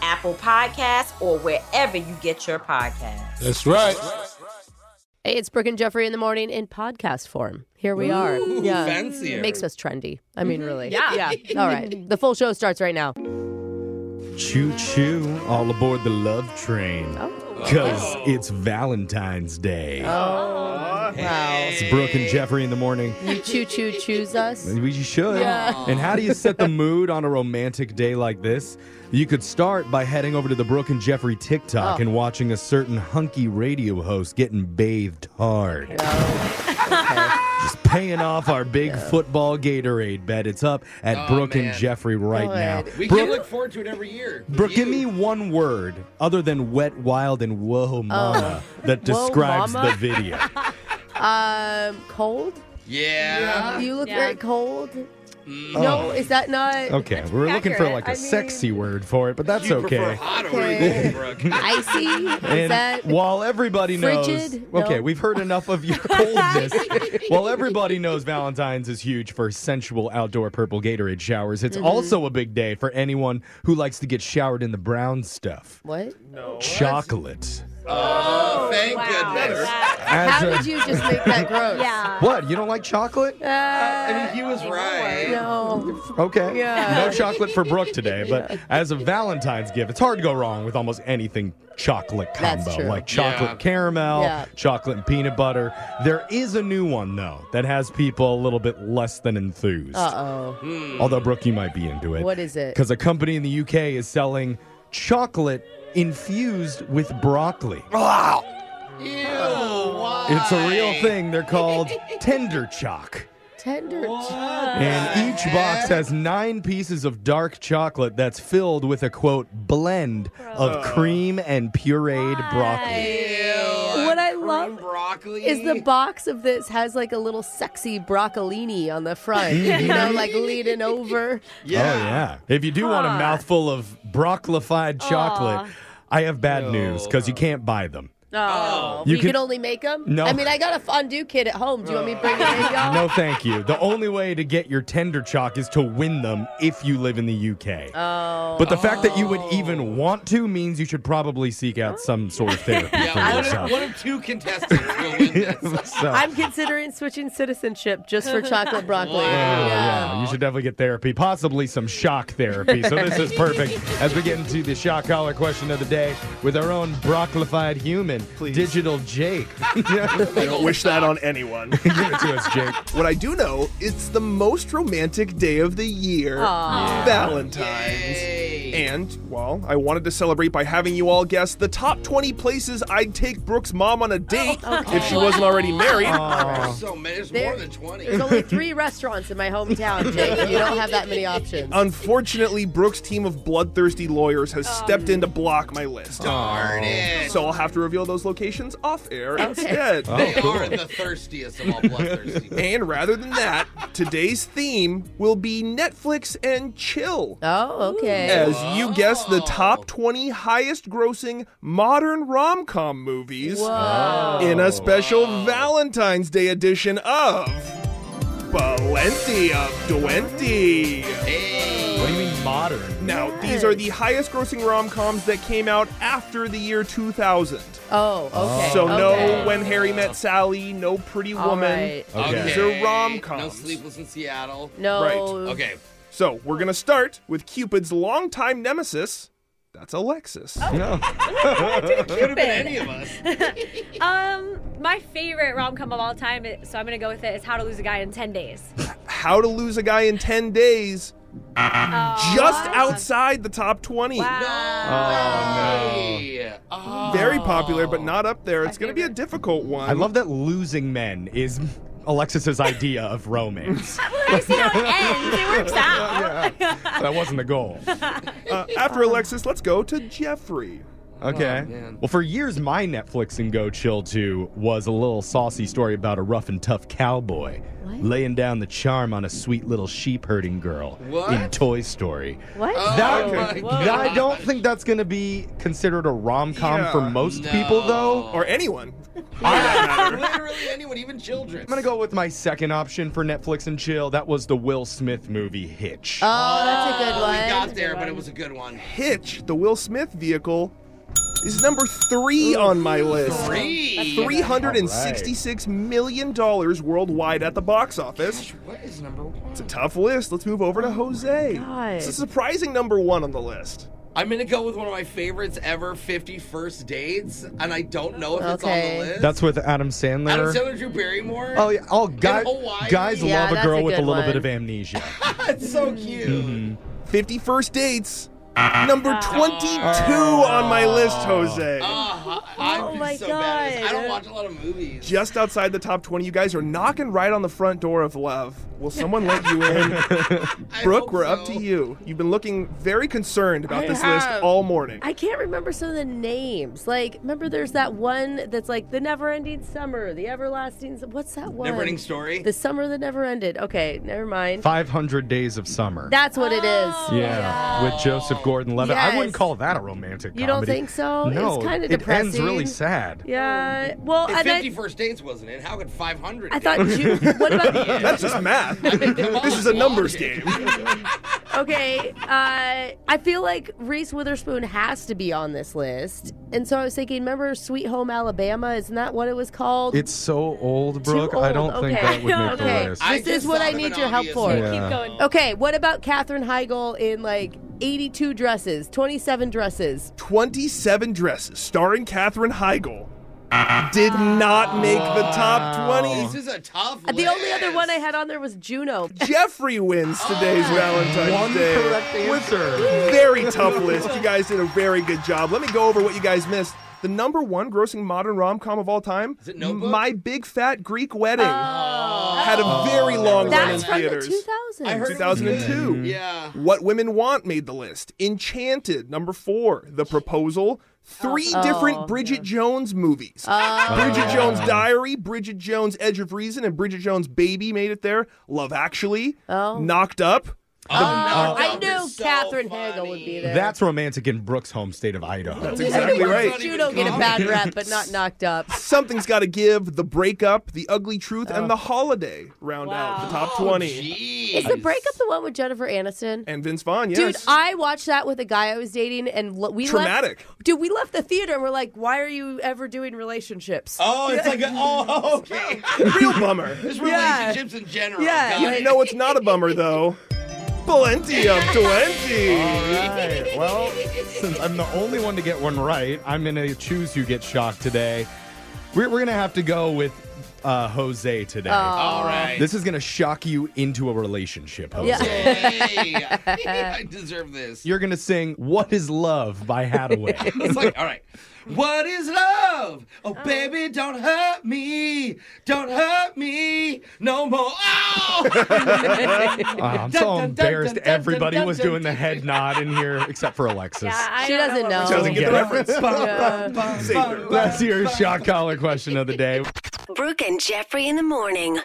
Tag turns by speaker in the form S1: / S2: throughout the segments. S1: Apple Podcasts, or wherever you get your podcasts.
S2: That's right.
S3: Hey, it's Brooke and Jeffrey in the morning in podcast form. Here we are.
S4: Ooh, fancier.
S3: Makes us trendy. I mean, really.
S4: Yeah.
S3: Yeah. All right. The full show starts right now.
S5: Choo choo, all aboard the love train. Because it's Valentine's Day.
S3: Oh, wow.
S5: It's Brooke and Jeffrey in the morning.
S3: You choo choo choose us.
S5: We should.
S3: Yeah.
S5: And how do you set the mood on a romantic day like this? You could start by heading over to the Brooke and Jeffrey TikTok
S3: Oh.
S5: and watching a certain hunky radio host getting bathed hard. Just paying off our big football Gatorade bet. It's up at
S4: Oh,
S5: Brooke and
S4: man.
S5: Jeffrey right now.
S4: We
S5: Brooke,
S4: can look forward to it every year.
S5: Brooke, give me one word other than wet, wild, and whoa mama that
S3: Uh, Whoa
S5: describes
S3: mama?
S5: the video.
S3: Um, cold?
S4: Yeah. Mm.
S3: You look very cold. No, is that not?
S5: Okay, we're looking for like a sexy word for it, but that's
S4: you prefer
S5: okay.
S4: hot or cold, Brooke?
S3: Icy? Is
S5: And
S3: that?
S5: while everybody knows,
S3: frigid? No.
S5: okay, we've heard enough of your coldness. while everybody knows Valentine's is huge for sensual outdoor purple Gatorade showers,
S3: Mm-hmm.
S5: it's also a big day for anyone who likes to get showered in the brown stuff,
S3: What?
S5: chocolate.
S4: Oh, thank goodness.
S5: As
S3: How
S5: a-
S3: did you just make that gross? yeah.
S5: What? You don't like chocolate?
S6: Uh,
S4: I mean, he was right.
S3: No.
S5: Okay.
S3: Yeah.
S5: No chocolate for Brooke today, but as a Valentine's gift, it's hard to go wrong with almost anything chocolate combo,
S3: That's true.
S5: like chocolate
S4: Yeah.
S5: caramel,
S3: Yeah.
S5: chocolate and peanut butter. There is a new one though that has people a little bit less than enthused.
S3: Uh oh.
S5: Although Brooke, you might be into it.
S3: What is it?
S5: Because a company in the UK is selling chocolate infused with broccoli.
S4: Ew, why?
S5: It's a real thing. They're called tender choc.
S3: Tender.
S5: And each box has nine pieces of dark chocolate that's filled with a quote blend of cream and pureed broccoli.
S3: What I
S4: From
S3: love
S4: broccoli.
S3: is the box of this has like a little sexy broccolini on the front,
S5: Mm-hmm.
S3: you know, like leaning over.
S5: Oh yeah. If you do want a mouthful of broccolified chocolate, I have bad news because you can't buy them.
S3: Oh,
S5: You
S3: you can,
S5: can-
S3: only make them.
S5: No.
S3: I mean, I got a fondue kit at home. Do you want me to bring it in, y'all?
S5: No, thank you. The only way to get your tender chalk is to win them if you live in the UK.
S3: Oh,
S5: But the fact that you would even want to means you should probably seek out some sort of
S3: Oh.
S5: therapy
S4: Yeah,
S5: for
S4: one, of,
S5: yourself.
S4: one of two contestants will win this.
S5: So-
S3: I'm considering switching citizenship just for chocolate broccoli.
S5: Oh,
S3: Yeah.
S5: yeah, you should definitely get therapy, possibly some shock therapy. So this is perfect as we get into the shock collar question of the day with our own broccolified human. Jason, digital Jake.
S7: I don't wish that on anyone. Give
S5: it to us, Jake.
S7: What I do know, it's the most romantic day of the year,
S6: Aw.
S7: Valentine's. And, well, I wanted to celebrate by having you all guess the top 20 places I'd take Brooke's mom on a date
S6: Oh,
S7: if she wasn't already married.
S6: There's so many. There's
S3: There-
S6: more than 20.
S3: There's only three restaurants in my hometown, Jake. You don't have that many options.
S7: Unfortunately, Brooke's team of bloodthirsty lawyers has stepped in to block my list.
S6: Oh, Darn it.
S7: So I'll have to reveal those locations off air instead.
S5: Oh,
S6: They are the thirstiest of all bloodthirsty.
S7: And rather than that, today's theme will be Netflix and chill.
S3: Oh, okay.
S7: As you guess, the top 20 highest grossing modern rom com movies
S6: Whoa.
S7: in a special Valentine's Day edition of Plenty of 20.
S5: What do you mean modern?
S7: Now, these are the highest grossing rom coms that came out after the year 2000.
S3: Oh, okay.
S7: So,
S3: okay.
S7: no When Harry Met Sally, no Pretty
S3: All
S7: Woman.
S3: right.
S6: Okay.
S7: These are rom coms.
S6: No sleepless in Seattle.
S3: No.
S7: Right.
S6: Okay.
S7: So we're gonna start with Cupid's longtime nemesis. That's Alexis.
S6: Could have been any of us.
S8: um, my favorite rom com of all time, is- so I'm gonna go with it, is How to Lose a Guy in 10 Days.
S6: Oh,
S7: How to lose a guy in ten days. Just outside the top 20.
S6: Yeah.
S7: Very popular, but not up there. It's going to be a difficult one.
S5: I love that losing men is Alexis's idea of romance.
S8: it works out.
S5: that wasn't the goal.
S7: Uh, after Alexis, let's go to Jeffrey.
S5: Okay. well, for years, my Netflix and Go Chill to was a little saucy story about a rough and tough cowboy laying down the charm on a sweet little sheep herding girl in
S6: What?
S5: Toy Story.
S3: What?
S5: That,
S6: Oh my
S5: that- I
S6: God.
S5: don't think that's going to be considered a rom com for
S7: Yeah.
S5: most people, though.
S7: Or anyone.
S6: Literally anyone, even children.
S5: I'm going to go with my second option for Netflix and Chill. That was the Will Smith movie Hitch.
S3: Oh, that's a good
S6: Oh,
S3: one.
S6: We got there, but it was a good one.
S7: Hitch, the Will Smith vehicle, is number three on my list.
S6: Three.
S7: $366 million worldwide at the box office.
S6: What is number one?
S7: It's a tough list. Let's move over to Jose.
S3: God.
S7: It's a surprising number one on the list.
S6: I'm gonna go with one of my favorites ever, 50 First Dates, and I don't know if it's on
S3: Okay.
S6: the list.
S5: That's with Adam Sandler.
S6: Adam Sandler, Drew Barrymore.
S5: Oh, yeah. Oh, guy,
S6: And Hawaii.
S5: guys
S3: Yeah,
S5: love a
S3: that's
S5: girl
S3: a
S5: with a
S3: good
S5: little bit
S3: one.
S5: of amnesia. Mm-hmm.
S6: That's so cute.
S7: 50 First Dates, number 22 on my list,
S4: Oh.
S7: Jose.
S6: Uh, I, am
S3: Oh my
S6: so bad at this. I
S3: God.
S6: don't watch a lot of movies.
S7: Just outside the top 20, you guys are knocking right on the front door of love. Will someone let you in?
S6: I
S7: Brooke,
S6: hope
S7: we're up
S6: so.
S7: to you. You've been looking very concerned about
S6: I
S7: this list
S6: have.
S7: all morning.
S3: I can't remember some of the names. Like, remember there's that one that's like the never ending summer, the everlasting. What's that one?
S6: Never ending story.
S3: The summer that never ended. Okay, never mind.
S5: 500 Days of Summer.
S3: That's what it is.
S8: Oh.
S5: yeah, with Joseph Gordon-Levitt. I wouldn't
S3: Oh, Yes.
S5: call that a romantic
S3: You don't
S5: comedy.
S3: think so? It's
S5: No,
S3: kinda
S5: it ends
S3: depressing.
S5: really sad.
S3: Yeah. Well,
S6: It's
S3: and
S6: 50
S3: I,
S6: First Dates, wasn't it? How could 500?
S3: I thought Ju Uh, What about
S7: That's just math. this is a numbers game.
S3: okay? Uh, I feel like Reese Witherspoon has to be on this list, and so I was thinking. Remember Sweet Home Alabama? Isn't that what it was called?
S5: It's so old,
S3: Too
S5: Brooke. I
S3: old.
S5: don't think
S3: Okay.
S5: that would make
S3: Okay.
S5: the list.
S6: I
S3: This is
S6: just
S3: what
S6: thought
S3: I
S6: of
S3: need
S6: an
S3: your help
S6: obvious
S3: for.
S6: one.
S5: Yeah.
S8: Keep going.
S3: Okay, what about Katherine Heigl in like 82 dresses, 27 dresses?
S7: 27 Dresses, starring Katherine Heigl, did not make the top 20.
S6: This is a tough
S3: Uh, The only other one I
S6: list.
S3: had on there was Juno.
S7: Jeffrey wins today's
S6: Oh.
S7: Valentine's
S5: One
S7: Day.
S5: correct answer.
S7: Very tough list. You guys did a very good job. Let me go over what you guys missed. The number one grossing modern rom com of all time,
S6: Is it Notebook? Oh.
S7: My Big Fat Greek Wedding, had a very long run in
S3: That's from
S7: theaters.
S3: the 2000s.
S6: I heard it was
S7: 2002.
S6: good. Yeah.
S7: What Women Want made the list. Enchanted, number four. The Proposal. Three
S6: Oh.
S7: different Bridget Jones movies. Bridget Jones Diary, Bridget Jones Edge of Reason, and Bridget Jones Baby made it there. Love Actually.
S3: Oh.
S7: Knocked Up.
S6: Oh, Knocked
S3: Uh, I
S6: Up
S3: knew
S6: is so
S3: Katherine
S6: funny.
S3: Hagel would be there.
S5: That's romantic in Brooke's home state of Idaho.
S7: exactly right.
S3: Juno get a bad rap, but not knocked up. Oh.
S7: Something's Gotta Give, The Breakup, The Ugly Truth, and The Holiday round out the top
S6: Oh,
S7: 20.
S3: Is the breakup the one with Jennifer Aniston?
S7: and Vince Vaughn, yes.
S3: Dude, I watched that with a guy I was dating, and lo- we
S7: Traumatic.
S3: left. Dude, we left the theater, and we're like, "Why are you ever doing relationships?"
S6: Oh, it's like a, oh, okay.
S7: Real bummer.
S6: Just
S3: Yeah.
S6: relationships in general.
S3: Yeah.
S6: got
S7: You
S6: it.
S7: know it's not a bummer, though. Plenty of 20.
S5: right. Well, since I'm the only one to get one right, I'm going to choose who gets shocked today. We're, we're going to have to go with uh, Jose today.
S3: Oh. All right.
S5: This is going to shock you into a relationship, Jose.
S4: I deserve this.
S5: You're going to sing What is Love by Hadaway.
S4: It's like, all right. What is love? Oh, baby, don't hurt me. Don't hurt me no more. Oh!
S5: Oh, Uh, I'm so embarrassed. Everybody was doing the head nod in here except for Alexis.
S3: she doesn't know.
S5: She doesn't get the reference.
S3: Yeah.
S5: Let's hear your shock collar question of the day.
S9: Brooke and Jeffrey in the morning.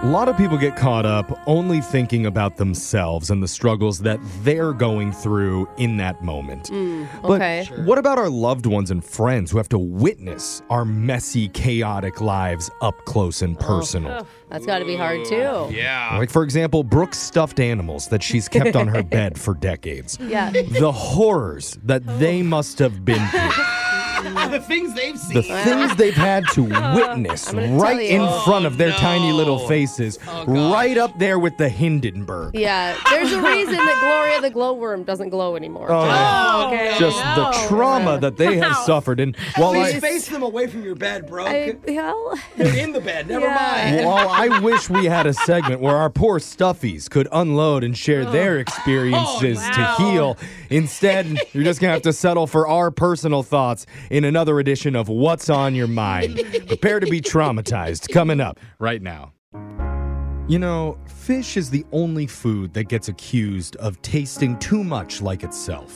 S5: A lot of people get caught up only thinking about themselves and the struggles that they're going through in that moment.
S10: Mm,
S5: But
S3: Mm, okay.
S5: what about our loved ones and friends who have to witness our messy, chaotic lives up close
S3: Oh,
S5: and personal?
S3: That's got to be hard too.
S4: Yeah.
S5: Like, for example, Brooke's stuffed animals that she's kept on her bed for decades.
S3: Yeah.
S5: The horrors that they must have been through.
S4: the things they've seen.
S5: The things they've had to witness right in front of their tiny little faces, right up there with the Hindenburg.
S3: Yeah, there's a reason that Gloria the glowworm doesn't glow anymore.
S5: Oh, Just the trauma that they have suffered. And while
S11: Please
S5: I,
S11: space them away from your bed, bro.
S3: I, hell.
S11: They're in the bed. Never mind.
S5: while I wish we had a segment where our poor stuffies could unload and share their experiences
S11: wow.
S5: to heal, instead, you're just going to have to settle for our personal thoughts in another edition of What's on Your Mind. Prepare to be traumatized coming up right now. You know, fish is the only food that gets accused of tasting too much like itself.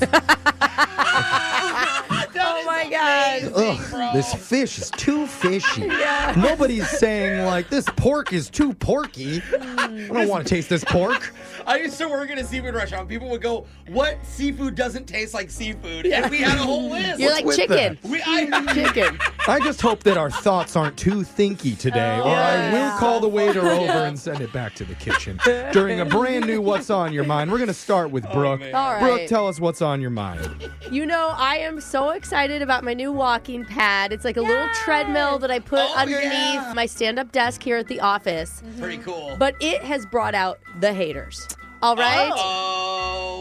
S3: oh my god.
S5: Ugh, this fish is too fishy.
S3: Yeah.
S5: Nobody's saying like this pork is too porky. I don't want to taste this pork.
S4: I used to work in a seafood restaurant. People would go, "What seafood doesn't taste like seafood?"
S11: Yeah.
S4: And we had a whole list.
S3: You're
S5: What's
S3: like
S5: with
S3: chicken.
S4: We, I,
S3: Chicken.
S5: I just hope that our thoughts aren't too thinky today, or I will call the waiter over and send it back to the kitchen during a brand new "What's on Your Mind." We're gonna start with Brooke.
S3: All
S5: Brooke,
S3: right.
S5: tell us what's on your mind.
S3: You know, I am so excited about my new walking pad. It's like a little treadmill that I put underneath my stand up desk here at the office.
S4: Oh, Mm-hmm. pretty cool.
S3: But it has brought out the haters. All right?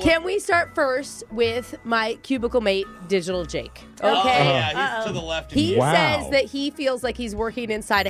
S3: Can we start first with my cubicle mate, Digital Jake? Okay.
S4: Oh, yeah, he's to the left. of
S3: He
S4: you.
S3: says that he feels like he's working inside a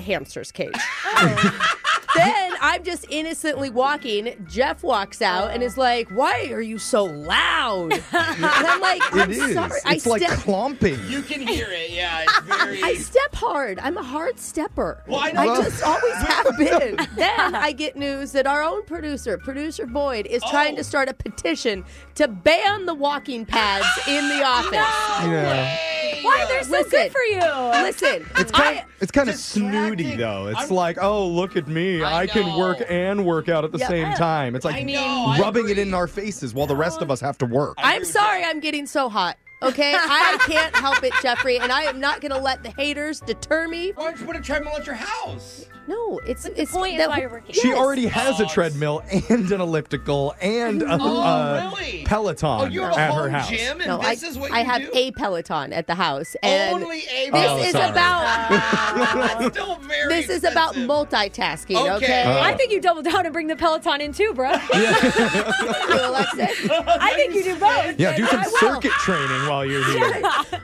S3: hamster's cage.
S4: Oh.
S3: then I'm just innocently walking. Jeff walks out and is like, "Why are you so loud?" and I'm like,
S5: It
S3: "I'm
S5: is.
S3: sorry.
S5: It's
S3: I
S5: like
S3: step,
S5: clomping.
S4: You can hear it. Yeah, it's very.
S3: I step hard. I'm a hard stepper.
S4: Well, I know.
S3: I just always have been. Then I get news that our own producer, producer Boyd, is trying
S4: Oh.
S3: to start a petition to ban the walking pads in the office.
S5: Yeah.
S8: Why they're so good for you?
S3: Listen,
S5: It's kind of, it's kind of snooty though. It's like, oh, look at me. I, can work and work out at the
S3: Yeah.
S5: same time. It's like
S3: I know, I
S5: rubbing it in our faces while the rest of us have to work.
S3: I'm sorry I'm getting so hot. Okay, I can't help it, Jeffrey, and I am not going to let the haters deter me.
S4: Why don't you put a treadmill at your house?
S3: No, it's it's
S8: point is
S3: that-
S8: why you're working.
S5: She
S3: Yes.
S5: already has a treadmill and an elliptical and a,
S4: Oh,
S5: uh,
S4: really?
S5: Peloton
S4: Oh, you have a
S5: at her
S4: home
S5: house.
S4: gym and
S3: No, I,
S4: this is what
S3: I
S4: you
S3: have
S4: do?
S3: a Peloton at the house, and
S4: Only a
S3: this
S5: Oh,
S3: is
S5: sorry.
S3: about
S4: still very.
S3: this is about multitasking.
S4: Okay.
S3: Okay,
S5: Uh,
S8: I think you double down and bring the Peloton in too, bro.
S3: Thank you, Alexis.
S8: I think you do both.
S5: Yeah, do some
S3: I will.
S5: circuit training while you're here.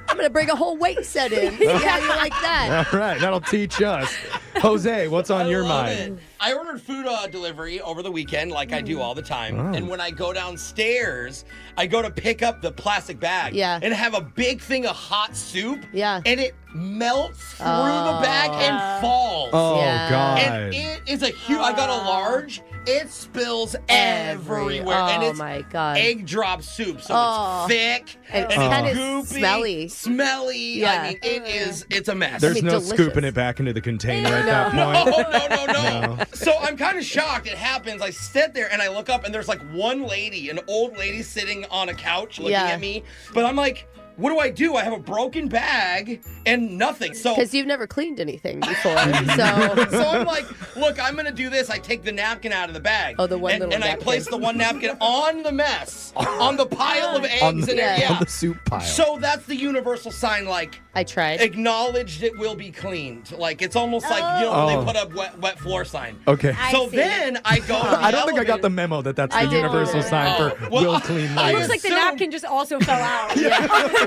S3: I'm going to bring a whole weight set in. yeah, you like that?
S5: All right, that'll teach us. Jose, what's on your
S4: Love
S5: mind?
S4: it. I ordered food uh, delivery over the weekend, like I do all the time.
S5: Oh.
S4: And when I go downstairs, I go to pick up the plastic bag
S3: Yeah.
S4: and have a big thing of hot soup.
S3: Yeah.
S4: And it melts through
S3: Oh.
S4: the bag and falls.
S5: Oh
S3: Yeah.
S5: God!
S4: And it is a huge. I got a large. It spills everywhere,
S3: Oh
S4: and it's
S3: my god!
S4: egg drop soup, so
S3: Oh.
S4: it's thick
S3: And it's
S4: and
S3: kinda
S5: Oh.
S4: goopy,
S3: smelly.
S4: Smelly.
S3: Yeah.
S4: I mean, it is. It's a mess.
S5: There's
S3: be
S5: no
S3: delicious.
S5: scooping it back into the container at that
S4: Oh,
S5: point.
S4: no, no, no.
S5: No.
S4: So I'm kind of shocked. It happens. I sit there and I look up, and there's like one lady, an old lady sitting on a couch looking
S3: Yeah.
S4: at me. But I'm like, what do I do? I have a broken bag and nothing. So
S3: Because you've never cleaned anything before. so
S4: so I'm like, look, I'm gonna do this. I take the napkin out of the bag.
S3: Oh, the one
S4: and,
S3: little
S4: and
S3: napkin.
S4: I place the one napkin on the mess, on the pile of eggs
S5: on, the,
S4: and everything.
S5: on the soup pile.
S4: So that's the universal sign, like
S3: I tried.
S4: Acknowledged it will be cleaned. Like it's almost like you know when
S5: Oh.
S4: they put up wet, wet floor sign.
S5: Okay. I
S4: so
S5: see.
S4: then I go.
S5: I don't think I got the memo that that's the
S4: I didn't
S5: universal
S4: either.
S5: sign
S4: Oh,
S5: for
S4: well,
S5: will
S4: I-
S5: clean
S4: I
S5: later.
S8: Almost like the napkin just also fell out.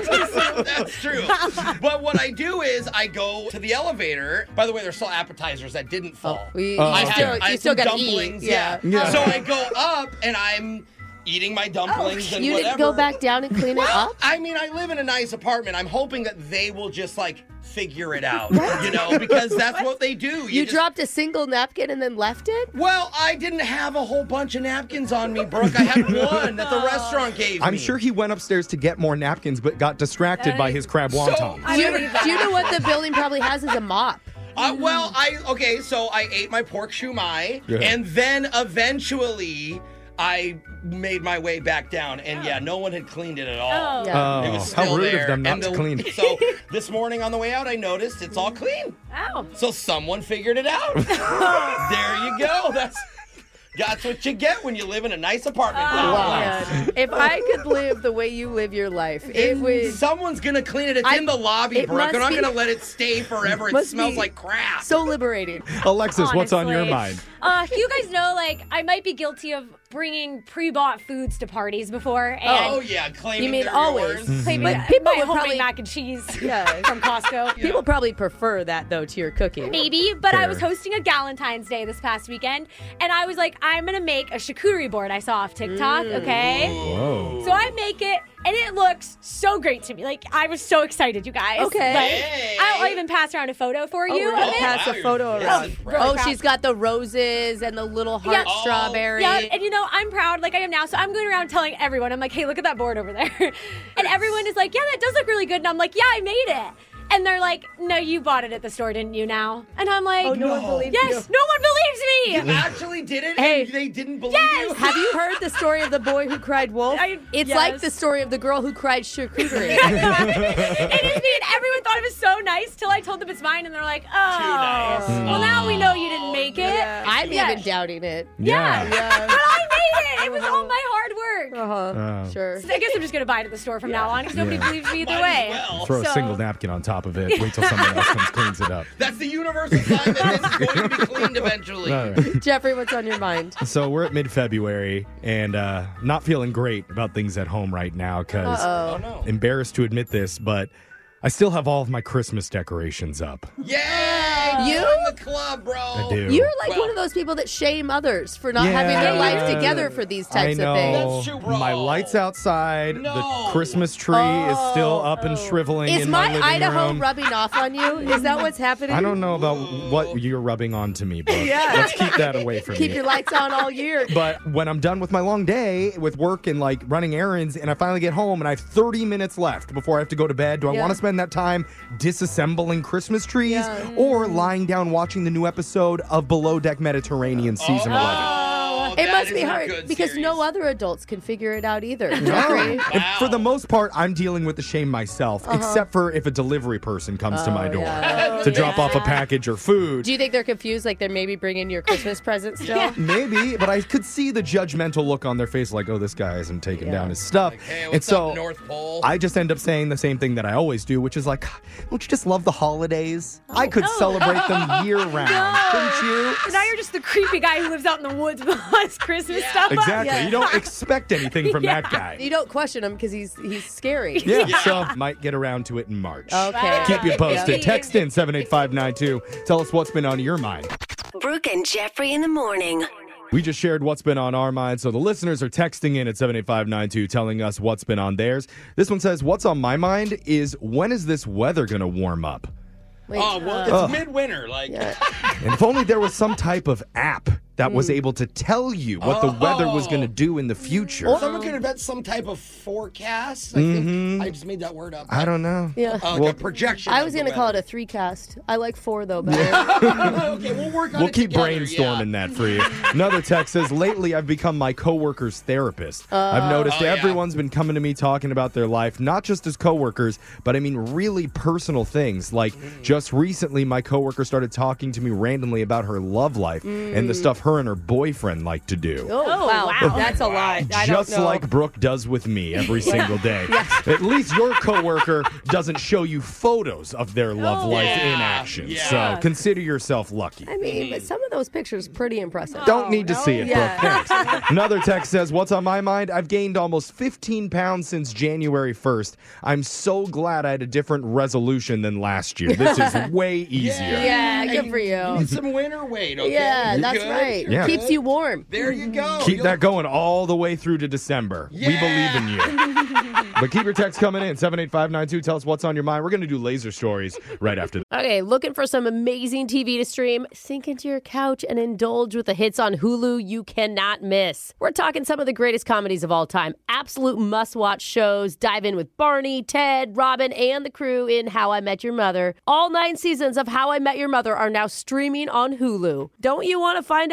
S4: That's true. But what I do is I go to the elevator. By the way, there's still appetizers that didn't fall.
S3: we-
S5: Oh,
S4: I
S5: okay.
S4: had-
S5: You
S4: I had
S3: still
S4: some
S3: gotta eat,
S4: dumplings.
S3: yeah.
S4: Yeah.
S5: Yeah.
S4: So I go up and I'm eating my dumplings and
S3: Oh, you
S4: whatever.
S3: didn't go back down and clean it
S4: Well,
S3: up?
S4: I mean, I live in a nice apartment. I'm hoping that they will just like figure it out, you know, because that's what they do. You,
S3: You,
S4: just-
S3: dropped a single napkin and then left it?
S4: Well, I didn't have a whole bunch of napkins on me, Brooke. I had one that the restaurant gave
S5: I'm
S4: me.
S5: sure he went upstairs to get more napkins, but got distracted by his crab wonton.
S3: Do you, do you know what the building probably has is a mop?
S4: Uh, well, I okay, so I ate my pork shumai,
S5: Yeah.
S4: and then eventually I made my way back down, and yeah, no one had cleaned it at all.
S5: Oh. Yeah.
S4: It was
S5: Oh, how
S4: still
S5: rude of
S4: there.
S5: them not
S4: and
S5: to
S4: the-
S5: clean it.
S4: So this morning on the way out, I noticed it's all clean.
S8: Ow.
S4: So someone figured it out. there you go. That's that's what you get when you live in a nice apartment.
S3: Oh,
S4: complex.
S3: If I could live the way you live your life, it
S4: And
S3: would.
S4: someone's gonna clean it. It's
S3: I-
S4: in the lobby,
S3: it
S4: Brooke.
S3: must
S4: I'm not
S3: be-
S4: gonna let it stay forever. It
S3: must
S4: smells
S3: be
S4: like crap.
S3: So liberating.
S5: Alexis, what's on your
S8: Honestly.
S5: mind?
S8: Uh, you guys know, like, I might be guilty of bringing pre-bought foods to parties before. And
S4: oh yeah, claiming
S3: You mean
S4: they're
S3: always?
S4: yours.
S8: Claiming
S3: But
S8: that
S3: people
S8: my
S3: would
S8: homemade
S3: probably-
S8: mac and cheese
S3: Yeah.
S8: from Costco.
S3: People probably prefer that though to your cooking.
S8: Maybe, but I
S3: Fair.
S8: was hosting a Galentine's Day this past weekend, and I was like, I'm gonna make a charcuterie board I saw off TikTok, okay?
S5: Whoa.
S8: So I make it, and it looks so great to me. Like I was so excited, you guys.
S3: Okay. Hey.
S8: Like, I'll even pass around a photo for
S3: Oh,
S8: you.
S3: really?
S8: of it.
S3: pass a photo around.
S8: really
S3: oh,
S8: proud.
S3: she's got the roses and the little heart
S8: Yeah.
S3: strawberry.
S8: Yeah, and you know, I'm proud like I am now. So I'm going around telling everyone, I'm like, hey, look at that board over there. and everyone is like, yeah, that does look really good. And I'm like, yeah, I made it. And they're like, no, you bought it at the store, didn't you now? And I'm like,
S3: Oh, no one No. believes
S8: Yes, no one believes
S4: You
S8: me.
S4: actually did it,
S3: Hey.
S4: and they didn't believe
S8: Yes.
S4: you.
S3: Have you heard the story of the boy who cried wolf?
S8: I-
S3: it's
S8: yes.
S3: like the story of the girl who cried charcuterie.
S8: it is me. And everyone thought it was so nice till I told them it's mine. And they're like, oh.
S4: nice. Mm.
S8: Well, now we know you didn't make it.
S3: I'm
S8: Yeah.
S3: even doubting it.
S5: Yeah.
S8: But I made it. It was all my hard work.
S3: Uh-huh.
S5: Oh.
S3: Sure.
S8: So I guess I'm just going to buy it at the store from now on because nobody
S5: Yeah.
S8: believes me either
S4: Might
S8: way.
S4: as well.
S5: Throw
S8: So-
S5: a single napkin on top of it. Wait till someone else comes cleans it up.
S4: That's the universal sign that this is going to be cleaned eventually.
S5: All right.
S3: Jeffrey, what's on your mind?
S5: So we're at mid-February and uh, not feeling great about things at home right now because
S3: Uh-oh.
S5: embarrassed to admit this, but I still have all of my Christmas decorations up.
S4: Yeah,
S3: You?
S4: in the club, bro.
S5: I do.
S3: You're like
S4: Well-
S3: one of those people that shame others for not
S5: Yeah.
S3: having their life
S5: Yeah.
S3: together for these types
S5: I know.
S3: of things.
S4: That's true, bro.
S5: My lights outside.
S4: No.
S5: The Christmas tree is still up and shriveling
S3: Oh, Is
S5: in
S3: my,
S5: my, living
S3: Idaho
S5: room.
S3: rubbing off on you? Is that what's happening?
S5: I don't know about what you're rubbing onto me, but
S3: Yeah.
S5: let's keep that away from
S3: Keep
S5: me.
S3: your lights on all year.
S5: But when I'm done with my long day with work and like running errands, and I finally get home and I have 30 minutes left before I have to go to bed, do I
S3: Yeah.
S5: want to spend that time disassembling Christmas trees
S3: Yeah.
S5: or lying down watching the new episode of Below Deck Mediterranean season 11?
S4: Oh,
S3: it
S4: that
S3: must
S4: is
S3: be
S4: a
S3: hard
S4: good
S3: because
S4: series.
S3: no other adults can figure it out either.
S5: No.
S3: Jeffrey.
S5: And For the most part, I'm dealing with the shame myself, except for if a delivery person comes to my door
S3: yeah.
S5: to drop off a package or food.
S3: Do you think they're confused? Like they're maybe bringing your Christmas present still?
S5: Maybe, but I could see the judgmental look on their face, like, "Oh, this guy isn't taking
S3: Yeah.
S5: down his stuff."
S4: Hey,
S5: and
S4: what's
S5: so
S4: up, North Pole?
S5: I just end up saying the same thing that I always do, which is like, "God, "Don't you just love the holidays?
S8: Oh,
S5: I could celebrate them year round, couldn't you?"
S8: So now you're just the creepy guy who lives out in the woods with all his Christmas stuff. up.
S5: Exactly.
S3: Yeah.
S5: You don't expect anything from that guy.
S3: You don't question him because he's he's scary.
S5: Yeah, so might get around to it in March.
S3: Okay.
S5: Keep you posted.
S8: Yeah.
S5: Text in 78592. Tell us what's been on your mind.
S9: Brooke and Jeffrey in the morning.
S5: We just shared what's been on our mind, so the listeners are texting in at 78592 telling us what's been on theirs. This one says, What's on my mind is when is this weather going to warm up?
S3: Wait, uh,
S4: Oh, well, it's
S5: Ugh.
S4: midwinter. Like,
S5: And if only there was some type of app that
S4: Hmm.
S5: was able to tell you what the weather was going to do in the future.
S4: Oh. Someone could invent some type of forecast. I
S5: Mhm.
S3: Mm-hmm.
S4: think I just made that word up.
S5: I don't know.
S3: Yeah.
S4: Oh, like a projection.
S3: I was going to call it a three cast. I like four, though, better.
S4: okay, we'll work
S5: We'll keep brainstorming that for you. Another text says, Lately, I've become my coworker's therapist. I've
S3: Oh.
S5: noticed
S3: Oh, yeah.
S5: everyone's been coming to me talking about their life, not just as coworkers, but I mean really personal things. Like
S3: Mm.
S5: just recently, my coworker started talking to me randomly about her love life and the
S3: Mm.
S5: stuff her and her boyfriend like to do.
S3: Oh, wow.
S5: wow.
S3: That's a lot. I don't
S5: just
S3: know.
S5: like Brooke does with me every
S3: Yeah.
S5: single day. At least your coworker doesn't show you photos of their love
S3: Oh.
S5: life
S3: Yeah.
S5: in action.
S3: Yeah.
S5: So consider yourself lucky.
S3: I mean, but some of those pictures pretty impressive.
S5: Mm. Don't need to see it,
S3: Yeah.
S5: Brooke. Thanks. Another text says, What's on my mind? I've gained almost 15 pounds since January 1st. I'm so glad I had a different resolution than last year. This is way easier.
S3: Yeah, good for you.
S4: Need some winter weight, okay?
S3: Yeah,
S4: You're
S3: that's
S4: good.
S3: right.
S5: Yeah.
S3: Keeps you warm. Mm-hmm.
S4: There you go.
S5: Keep that going all the way through to December. We believe in you. But keep your texts coming in. 78592. Tell us what's on your mind. We're going to do laser stories right after this.
S3: Okay, looking for some amazing TV to stream? Sink into your couch and indulge with the hits on Hulu you cannot miss. We're talking some of the greatest comedies of all time, absolute must watch shows. Dive in with Barney, Ted, Robin, and the crew in How I Met Your Mother. All nine seasons of How I Met Your Mother are now streaming on Hulu. Don't you want to find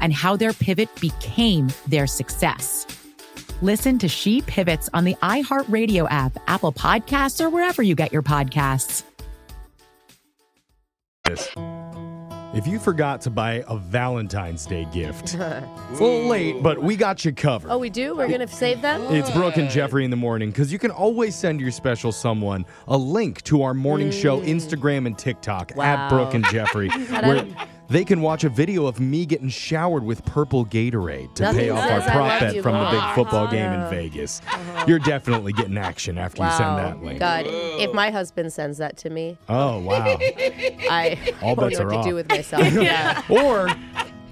S12: and how their pivot became their success. Listen to She Pivots on the iHeartRadio app, Apple Podcasts, or wherever you get your podcasts.
S5: If you forgot to buy a Valentine's Day gift, it's a little late, but we got you covered.
S3: Oh, we do? We're going to save them?
S5: It's Brooke and Jeffrey in the morning because you can always send your special someone a link to our morning show Instagram and TikTok
S3: Wow.
S5: at Brooke and Jeffrey.
S3: Gotta-
S5: where they can watch a video of me getting showered with purple Gatorade to
S13: Nothing
S5: pay off our
S13: says I
S5: prop
S13: love
S5: bet
S13: you
S5: from the big
S13: more.
S5: football game in Vegas. You're definitely getting action after you send that link.
S3: God, if my husband sends that to me,
S5: Oh, wow.
S3: I
S5: All
S3: don't
S5: bets
S3: know
S5: are
S3: what
S5: off.
S3: to do with myself. yeah.
S5: or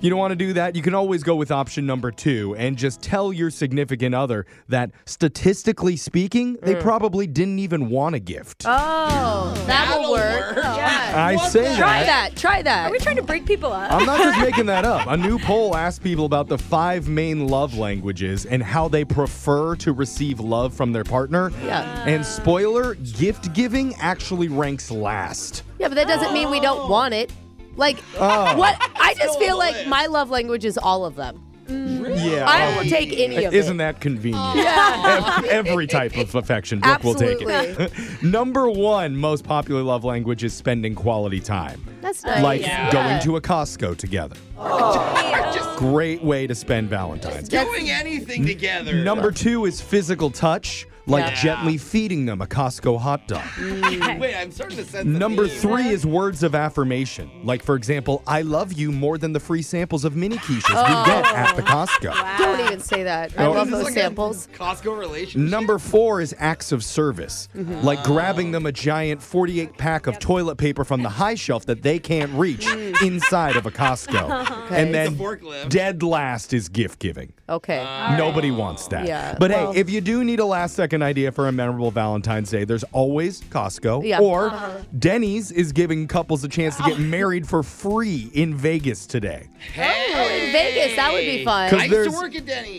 S5: you don't want to do that, you can always go with option number two and just tell your significant other that statistically speaking, they
S3: Mm.
S5: probably didn't even want a gift.
S3: Oh, that will work. Oh. Yeah.
S5: I say that.
S3: Try that. Try that. Are we
S8: trying to break people up?
S5: I'm not just making that up. A new poll asked people about the five main love languages and how they prefer to receive love from their partner.
S3: Yeah.
S5: And spoiler, gift giving actually ranks last.
S3: Yeah, but that doesn't mean we don't want it. Like,
S5: Oh.
S3: what? I just feel like my love language is all of them.
S5: Mm. Yeah.
S3: I will take any of it. Oh.
S5: Isn't that convenient?
S3: Yeah.
S5: Ev- Every type of affection. Brooke will take it. Number one most popular love language is spending quality time.
S3: That's nice.
S5: Like
S3: Yeah.
S5: going to a Costco together.
S3: Oh.
S5: Great way to spend Valentine's.
S6: doing anything together.
S5: Number two is physical touch, like
S6: Yeah.
S5: gently feeding them a Costco hot dog.
S3: Mm.
S6: Wait, I'm starting to sense. a
S5: Number
S6: theme.
S5: three is words of affirmation, like for example, "I love you" more than the free samples of mini quiches
S3: Oh.
S5: we get at the Costco.
S3: Don't even say that. I
S5: Oh.
S3: love
S5: Is this
S3: those
S5: like a
S3: samples.
S6: Costco relationship.
S5: Number four is acts of service,
S3: Mhm.
S5: like grabbing them a giant 48 pack of toilet paper from the high shelf that they can't reach
S3: Mm.
S5: inside of a Costco.
S3: Okay.
S5: And then
S3: The
S5: dead last is gift giving.
S3: Okay.
S5: Nobody wants that.
S3: Yeah,
S5: but
S3: well-
S5: hey, if you do need a last second idea for a memorable Valentine's Day, there's always Costco.
S3: Yeah.
S5: Or
S3: Uh-huh.
S5: Denny's is giving couples a chance to get married for free in Vegas today.
S3: Oh, in Vegas, that would be fun.
S5: 'Cause there's-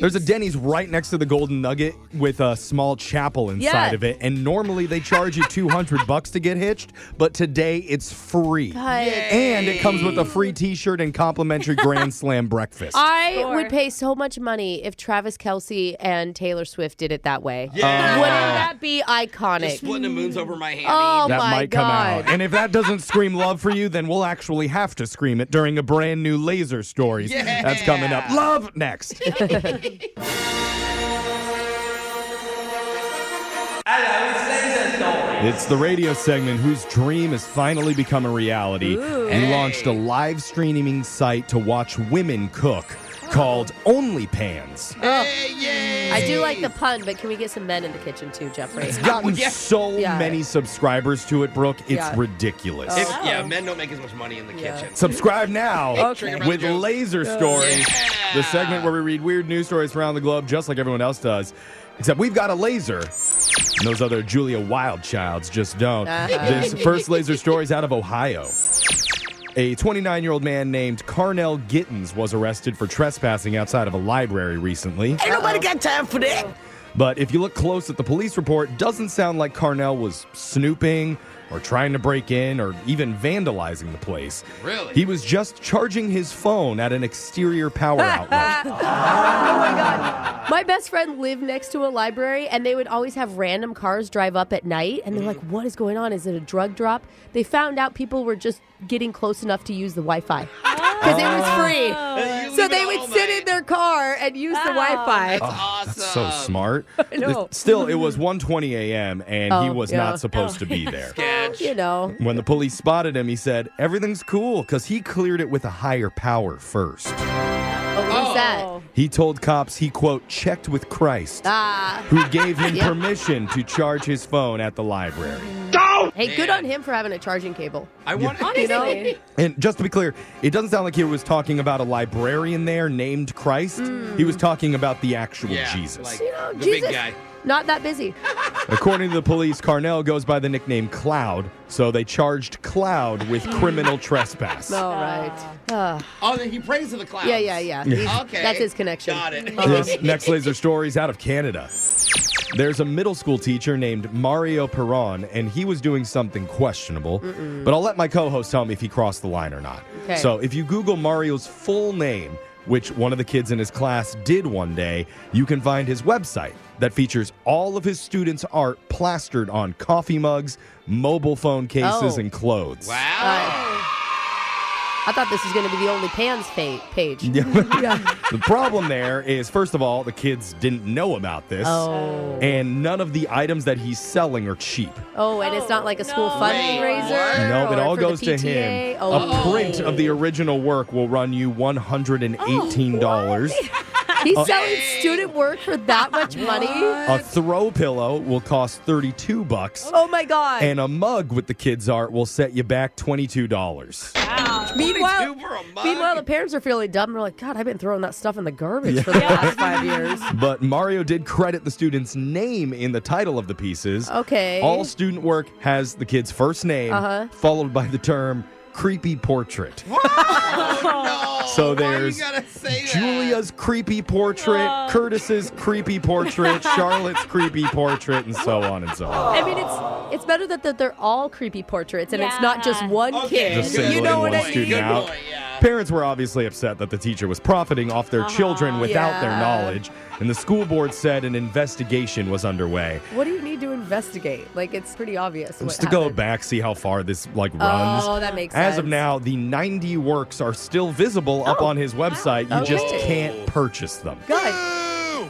S5: There's a Denny's right next to the Golden Nugget with a small chapel inside
S3: Yeah.
S5: of it, and normally they charge you 200 bucks to get hitched, but today it's free.
S3: God. Yay.
S5: And it comes with a free T-shirt and complimentary Grand Slam breakfast.
S3: I would pay so much money if Travis Kelsey and Taylor Swift did it that way.
S5: Yeah.
S3: Wouldn't that be iconic?
S6: Just splitting the moons over my hand.
S3: Oh
S5: that
S3: my
S5: might come
S3: god.
S5: out. And if that doesn't scream love for you, then we'll actually have to scream it during a brand new Laser Stories. That's coming up. Love next. It's the radio segment whose dream has finally become a reality.
S13: Ooh.
S5: We
S13: Hey.
S5: launched a live streaming site to watch women cook called Only Pans.
S3: I do like the pun, but can we get some men in the kitchen too, Jeffrey?
S5: It's gotten so
S3: Yeah.
S5: many subscribers to it, Brooke. It's
S3: Yeah. Oh,
S5: ridiculous.
S6: If, yeah, men don't make as much money in the kitchen.
S5: Subscribe now
S6: Okay.
S5: with Laser
S6: Yeah.
S5: Stories, the segment where we read weird news stories from around the globe, just like everyone else does. Except we've got a laser. And those other Julia Wildchilds just don't.
S13: Uh-huh.
S5: This first laser story is out of Ohio. A 29 year old man named Carnell Gittens was arrested for trespassing outside of a library recently.
S4: Ain't nobody got time for that.
S5: But if you look close at the police report, doesn't sound like Carnell was snooping or trying to break in or even vandalizing the place.
S13: Really?
S5: He was just charging his phone at an exterior power outlet.
S3: My best friend lived next to a library, and they would always have random cars drive up at night, and they're like,
S5: Mm-hmm.
S3: "What is going on? Is it a drug drop?" They found out people were just getting close enough to use the Wi-Fi
S5: Oh.
S3: because it was free. so they would sit in their car and use the Wi-Fi.
S5: Oh, eh? That's so smart.
S3: I know.
S5: Still, it was 1:20 a.m. and he
S3: Oh,
S5: was
S3: yeah.
S5: not supposed to be there.
S3: You know.
S5: When the police spotted him, he said, "Everything's cool cuz he cleared it with a higher power first.
S3: But
S5: Oh.
S3: what was that?
S5: He told cops he quote checked with Christ,
S3: Ah.
S5: who gave him
S3: Yep.
S5: permission to charge his phone at the library.
S3: Hey, good on him for having a charging cable.
S5: I want-
S3: You know?
S5: And just to be clear, it doesn't sound like he was talking about a librarian there named Christ.
S3: Mm.
S5: He was talking about the actual Jesus.
S3: You know, Oh, Jesus, Not that busy.
S5: According to the police, Carnell goes by the nickname Cloud, so they charged Cloud with criminal trespass.
S3: All right. Ah.
S4: Oh, then he prays to the clouds.
S3: Yeah, yeah, yeah.
S5: Yeah.
S4: Okay.
S3: That's his connection. Got
S4: it.
S5: This next laser story is out of Canada. There's a middle school teacher named Mario Perron, and he was doing something questionable.
S13: Mm-mm.
S5: But I'll let my co host tell me if he crossed the line or not.
S13: Okay.
S5: So if you Google Mario's full name, which one of the kids in his class did one day, you can find his website that features all of his students' art plastered on coffee mugs, mobile phone cases,
S13: Oh.
S5: and clothes.
S6: Wow.
S3: Oh. Uh, I thought this was going to be the only pans pa- page.
S5: The problem there is, first of all, the kids didn't know about this,
S3: Oh.
S5: and none of the items that he's selling are cheap.
S3: Oh, and it's not like a school fundraiser.
S5: No, it
S3: or
S5: all
S3: Oh, for the
S5: goes to him.
S3: PTA? Oh.
S5: A print of the original work will run you one hundred and eighteen dollars.
S3: He's
S5: Oh.
S3: selling student work for that much money.
S5: A throw pillow will cost thirty-two bucks,
S3: Oh my god!
S5: and uh, a mug with the kids' art will set you back twenty-two dollars.
S3: meanwhile, meanwhile, the parents are feeling dumb. They're like, God, I've been throwing that stuff in the garbage for the last five years.
S5: But Mario did credit the student's name in the title of the pieces.
S3: Okay.
S5: All student work has the kid's first name,
S3: Uh-huh.
S5: followed by the term creepy portrait. So there's Julia's creepy portrait,
S3: Oh.
S5: Curtis's creepy portrait, Charlotte's creepy portrait, and so on and so on.
S3: I mean, it's it's better that, that they're all creepy portraits and it's not just one
S5: Just
S3: kid.
S5: singling
S3: You know
S5: one
S3: what I
S5: student
S3: mean?
S5: out. Parents were obviously upset that the teacher was profiting off their children without their
S3: Uh-huh. Yeah.
S5: knowledge, and the school board said an investigation was underway.
S3: What do you need to investigate? Like, it's pretty obvious. What
S5: Just to go back, see how far this like
S3: Oh,
S5: runs.
S3: that makes
S5: As of
S3: sense. Oh,
S5: now, the 90 works are still visible up on his website. You just
S3: Okay.
S5: can't purchase them.
S3: God,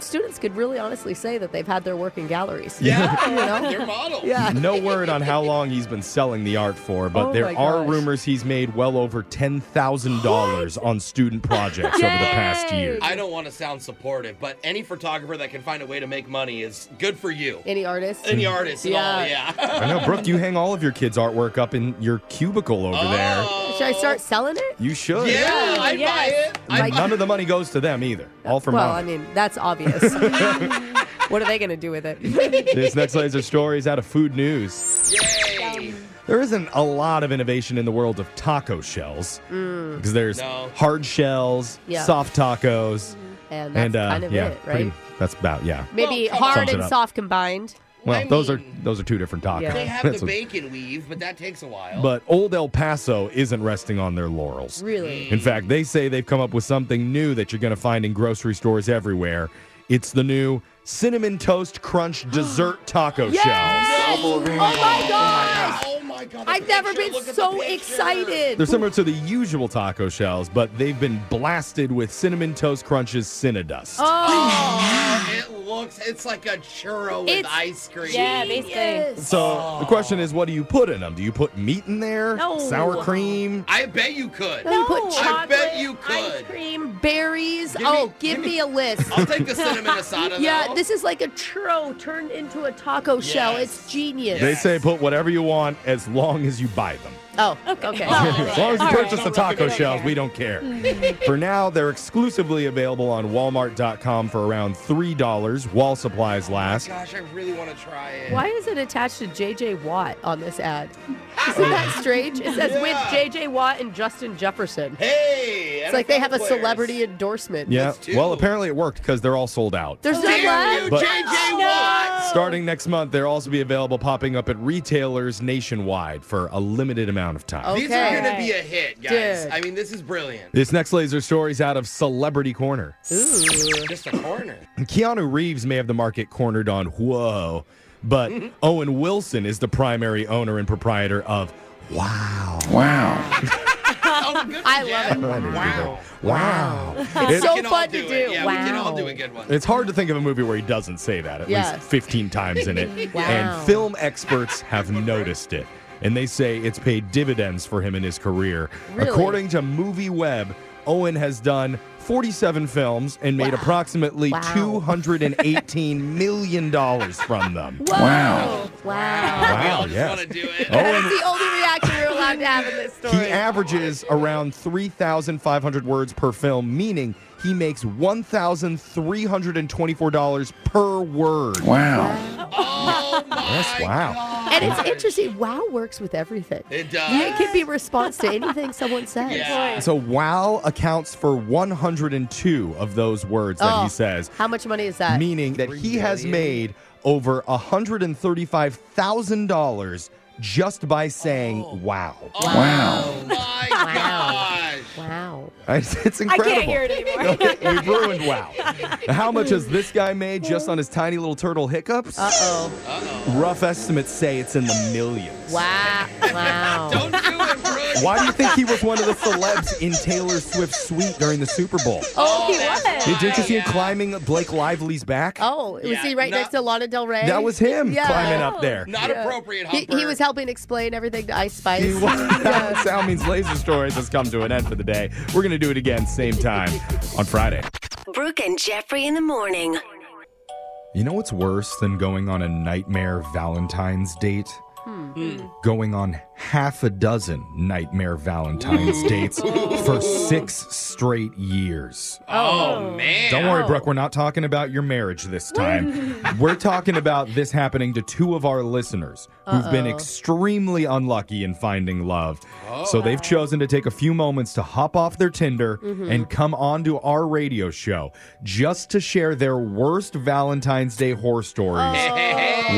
S3: students could really honestly say that they've had their work in galleries.
S5: Yeah.
S3: you know?
S4: They're models.
S3: Yeah.
S5: no word on how long he's been selling the art for, but
S3: Oh
S5: there
S3: my
S5: are
S3: gosh.
S5: rumors he's made well over $10,000 on student projects over the past year.
S4: I don't want to sound supportive, but any photographer that can find a way to make money is good for you.
S3: Any artist?
S4: Any artist and all, yeah.
S5: I know, Brooke, you hang all of your kids' artwork up in your cubicle over there.
S3: Should I start selling it?
S5: You should.
S4: Oh. Yeah, I buy
S3: yes.
S4: it.
S5: But none of the money goes to them either. All for
S3: well,
S5: mom.
S3: I mean, that's obvious. what are they going to do with it?
S5: this next laser story is out of food news. There isn't a lot of innovation in the world of taco shells
S3: Mm.
S5: because there's hard shells,
S3: Yeah. Mm-hmm.
S5: soft tacos,
S3: And that's
S5: uh,
S3: kind of
S5: yeah,
S3: it,
S5: pretty-
S3: right?
S5: that's about yeah.
S3: Maybe
S5: Well,
S3: hard
S5: sums it
S3: and
S5: up.
S3: soft combined.
S5: Well, those are those are two different tacos.
S4: They have
S5: That's
S4: the
S5: what-
S4: bacon weave, but that takes a while.
S5: But old El Paso isn't resting on their laurels.
S4: Really?
S5: In fact, they say they've come up with something new that you're going to find in grocery stores everywhere. It's the new cinnamon toast crunch dessert taco shell.
S3: Oh my gosh! Oh my god! I've never been so excited.
S5: They're similar to the usual taco shells, but they've been blasted with cinnamon toast crunches Cinnadust.
S4: Oh, it looks, it's like a churro with ice cream.
S8: Yeah, basically.
S5: So the question is, what do you put in them? Do you put meat in there?
S3: No.
S5: Sour cream?
S4: I bet you could.
S3: No, you put chocolate,
S4: I bet you
S3: ice
S4: could.
S3: cream, berries. oh, give me, a list.
S4: I'll take the cinnamon asada.
S3: yeah,
S4: though.
S3: this is like a churro turned into a taco shell. It's genius.
S5: They say put whatever you want as long as you buy them.
S3: Oh, okay. okay.
S5: as long as you purchase the taco shells, we don't care. For now, they're exclusively available on Walmart.com for around $3 while supplies last.
S4: Gosh, I really want to try it.
S3: Why is it attached to JJ Watt on this ad? Isn't that strange? It says with
S4: Yeah.
S3: JJ Watt and Justin Jefferson.
S4: Hey!
S3: It's like they have a
S4: players.
S3: celebrity endorsement.
S5: Yeah. Well, apparently it worked because they're all sold out.
S3: There's no
S4: Damn
S3: left?
S4: Oh, you,
S5: But-
S4: JJ Watt!
S5: Starting next month, they'll also be available popping up at retailers nationwide for a limited amount of time.
S4: These are going to be a hit, guys.
S3: Dude.
S4: I mean, this is brilliant.
S5: This next laser story is out of Celebrity Corner.
S4: Just a corner.
S5: Keanu Reeves may have the market cornered on whoa, but Owen Wilson is the primary owner and proprietor of Wow. Wow.
S4: Oh,
S3: I love it.
S5: Wow. Wow.
S3: It's so
S4: We can all
S3: fun
S4: do
S3: to
S4: it.
S3: do.
S4: Yeah, we can all do a good one.
S5: It's hard to think of a movie where he doesn't say that at
S3: Yes.
S5: least 15 times in it.
S3: Wow.
S5: And film experts have noticed it. And they say it's paid dividends for him in his career.
S3: Really?
S5: According to Movie Web, Owen has done 47 films and made approximately
S3: Wow.
S5: $218 million from them.
S3: Wow.
S5: Wow, yeah.
S3: That's
S5: Owen,
S3: the only reaction we're allowed to have in this story.
S5: he averages around 3,500 words per film, meaning he makes $1,324 per word. Wow. Yes, wow.
S3: Oh And it's interesting. Wow works with everything.
S4: It does.
S3: It can be response to anything someone says.
S5: So wow accounts for 102 of those words that
S3: Oh,
S5: he says,
S3: How much money is that?
S5: meaning that he has made over $135,000 just by saying
S3: Oh.
S5: wow. Wow.
S3: Wow. Wow.
S5: It's incredible. Okay, We've ruined wow. How much has this guy made just on his tiny little turtle hiccups?
S3: Uh oh.
S5: Rough estimates say it's in the millions.
S3: Wow. Wow.
S4: Don't do it, bro.
S5: Why do you think he was one of the celebs in Taylor Swift's suite during the Super Bowl?
S3: Oh, he
S14: that's
S3: was.
S5: Did you just see him climbing Blake Lively's back?
S3: Oh, was
S5: Yeah,
S3: he right
S5: no-
S3: next to Lana Del Rey?
S5: That was him climbing up there.
S4: Not appropriate.
S3: He, he was helping explain everything to Ice Spice.
S5: He was. Sound means laser stories has come to an end for the day. We're gonna do it again, same time on Friday.
S9: Brooke and Jeffrey in the morning.
S5: You know what's worse than going on a nightmare Valentine's date?
S3: Hmm.
S5: Going on half a dozen nightmare Valentine's
S9: Ooh.
S5: dates for six straight years.
S4: Oh, man.
S5: Don't worry, Brooke. We're not talking about your marriage this time. we're talking about this happening to two of our listeners who've been
S4: Uh-oh.
S5: extremely unlucky in finding love.
S4: Oh.
S5: So they've chosen to take a few moments to hop off their Tinder
S4: Mhm.
S5: and come onto our radio show just to share their worst Valentine's Day horror stories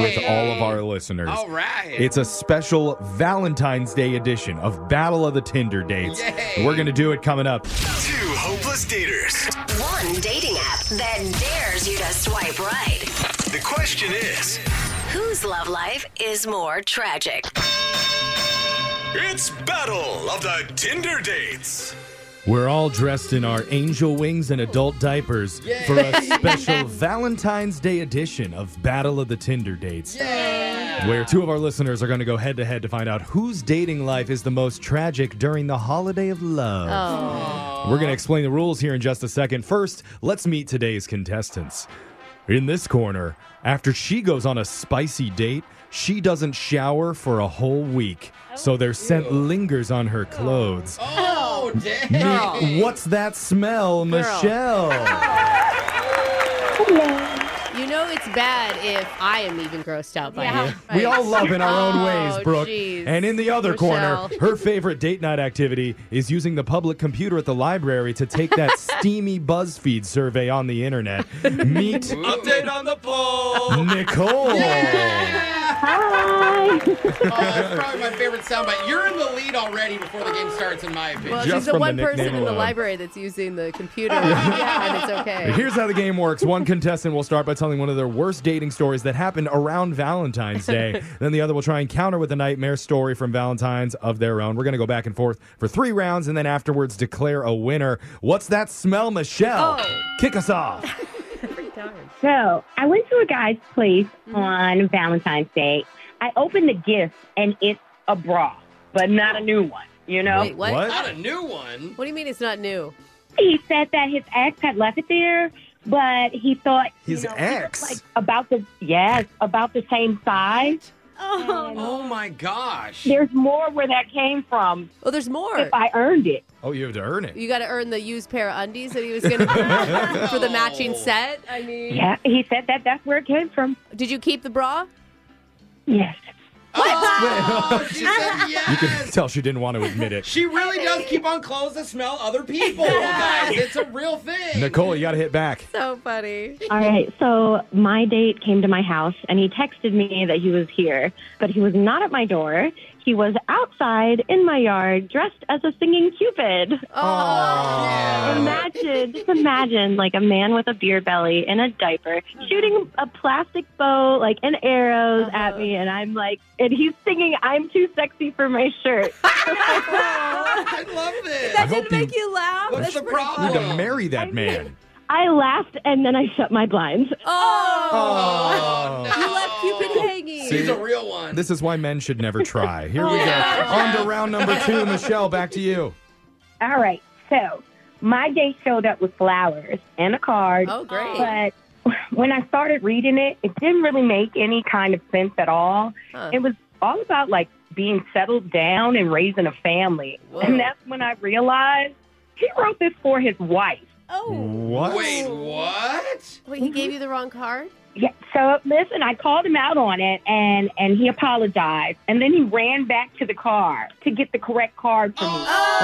S5: with all of our listeners.
S4: Oh. All right.
S5: It's a special Valentine's Day edition of Battle of the Tinder Dates.
S9: Yay.
S5: We're going to do it coming up.
S9: Two hopeless daters. One dating app that dares you to swipe right. The question is Whose love life is more tragic?
S15: It's Battle of the Tinder Dates.
S5: We're all dressed in our angel wings and adult diapers
S15: Yay.
S5: for a special Valentine's Day edition of Battle of the Tinder Dates, where two of our listeners are going to go head to head to find out whose dating life is the most tragic during the holiday of love. We're going to explain the rules here in just a second. First, let's meet today's contestants. In this corner, after she goes on a spicy date, she doesn't shower for a whole week, so their scent lingers on her clothes.
S4: Oh, dang.
S5: Me- What's that smell, Michelle?
S3: You know it's bad if I am even grossed out by it.
S5: We all love in our own ways,
S3: Oh,
S5: Brooke.
S3: jeez.
S5: and in the other
S3: Michelle.
S5: corner, her favorite date night activity is using the public computer at the library to take that steamy BuzzFeed survey on the internet. Meet
S16: Update on the poll.
S5: Nicole.
S16: Hi.
S4: Oh, that's probably my favorite soundbite. You're in the lead already before the game starts, in my opinion.
S3: Well,
S5: Just
S3: she's the
S5: from the
S3: one person
S5: nickname
S3: in the
S5: alone.
S3: library that's using the computer, yeah, and it's okay.
S5: Here's how the game works. One contestant will start by telling one of their worst dating stories that happened around Valentine's Day. then the other will try and counter with a nightmare story from Valentine's of their own. We're going to go back and forth for three rounds and then afterwards declare a winner. What's that smell, Michelle? Kick us off.
S17: So I went to a guy's place
S3: Mm-hmm.
S17: on Valentine's Day. I opened the gift and it's a bra, but not a new one. You know?
S3: Wait, what?
S4: Not a new one.
S3: What do you mean it's not new?
S17: He said that his ex had left it there, but he thought
S5: His ex.
S17: like about the yes about the same size.
S4: Oh, my gosh.
S17: There's more where that came from.
S3: Oh, there's more.
S17: If I earned it.
S5: Oh, you have to earn it.
S3: You got to earn the used pair of undies that he was going to for the matching set. I mean,
S17: Yeah, he said that that's where it came from.
S3: Did you keep the bra?
S17: Yes.
S5: You can tell she didn't want to admit it.
S4: She really does keep on clothes that smell other people, guys. It's a real thing.
S5: Nicole, you got to hit back.
S3: So funny.
S17: All right, so my date came to my house and he texted me that he was here, but he was not at my door. He was outside in my yard dressed as a singing Cupid. Imagine, just imagine like a man with a beer belly in a diaper shooting a plastic bow, like an arrows at me, and I'm like, and he's singing, I'm too sexy for my shirt.
S4: I love this.
S5: That I hope didn't you- make
S3: you laugh.
S5: What's the problem? You need to marry that man.
S17: I laughed and then I shut my blinds.
S5: Oh.
S3: You left Cupid hanging.
S5: See?
S4: real one.
S5: This is why men should never try. Here we
S17: Yeah.
S5: go. On to round number two. Michelle, back to you.
S17: All right. So my date showed up with flowers and a card.
S3: Oh, great.
S17: But when I started reading it, it didn't really make any kind of sense at all.
S3: Huh.
S17: It was all about like being settled down and raising a family. And that's when I realized he wrote this for his wife.
S3: Oh.
S5: What?
S4: Wait, what?
S3: Wait, he gave you the wrong card?
S17: Yeah. So listen, I called him out on it, and and he apologized, and then he ran back to the car to get the correct card for me.
S3: Oh,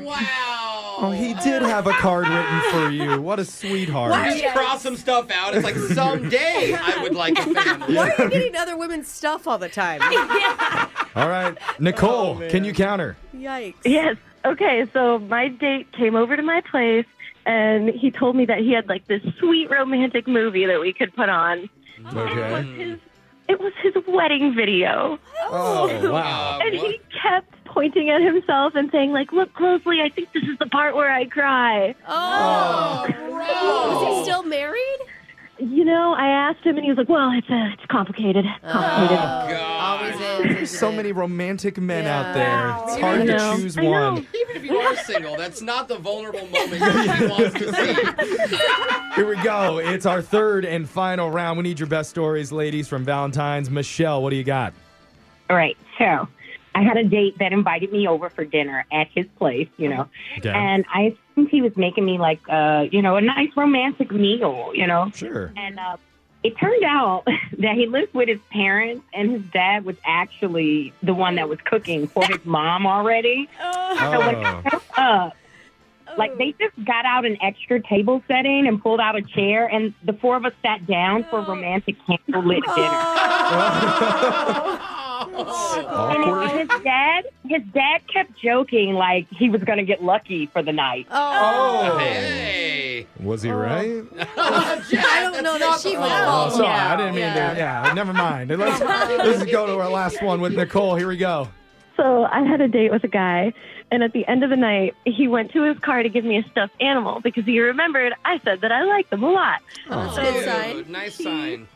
S5: Oh,
S4: wow.
S5: Oh, he did have a card written for you. What a sweetheart.
S4: Why just cross some stuff out? It's like someday I would like a family.
S3: Why are you getting other women's stuff all the time?
S5: All right. Nicole, can you counter?
S3: Yikes.
S17: Yes. Okay. So my date came over to my place, and he told me that he had like this sweet romantic movie that we could put on.
S5: Okay.
S17: His
S18: It was his wedding video.
S9: Oh, wow.
S18: And he kept pointing at himself and saying, like, look closely, I think this is the part where I cry.
S3: Oh, Was he still married?
S18: You know, I asked him and he was like, well, it's, uh, it's complicated. Complicated.
S4: Oh.
S5: There's so many romantic men out there. It's
S4: Wow.
S5: hard
S4: I
S5: to
S4: know.
S5: choose
S4: I know.
S5: one.
S4: Even if you are single, that's not the vulnerable moment he wants to see.
S5: Here we go. It's our third and final round. We need your best stories, ladies, from Valentine's. Michelle, what do you got?
S17: All right. So I had a date that invited me over for dinner at his place, you know.
S5: Okay.
S17: And I assumed he was making me like, uh, you know, a nice romantic meal, you know.
S5: Sure.
S17: And uh, it turned out that he lived with his parents, and his dad was actually the one that was cooking for his mom already. So when
S5: Oh.
S17: I showed up, like they just got out an extra table setting and pulled out a chair, and the four of us sat down for a romantic candlelit dinner.
S9: Oh.
S17: And,
S9: Awkward.
S17: and his dad, his dad kept joking like he was going to get lucky for the night.
S5: Oh.
S4: Hey.
S5: Was he right?
S3: I don't know that she would
S5: Oh,
S3: fall.
S5: sorry. I didn't mean to. Yeah, never mind. Let's, let's go to our last one with Nicole. Here we go.
S18: So I had a date with a guy, and at the end of the night, he went to his car to give me a stuffed animal because he remembered I said that I liked them a lot. So
S4: Dude, Nice sign.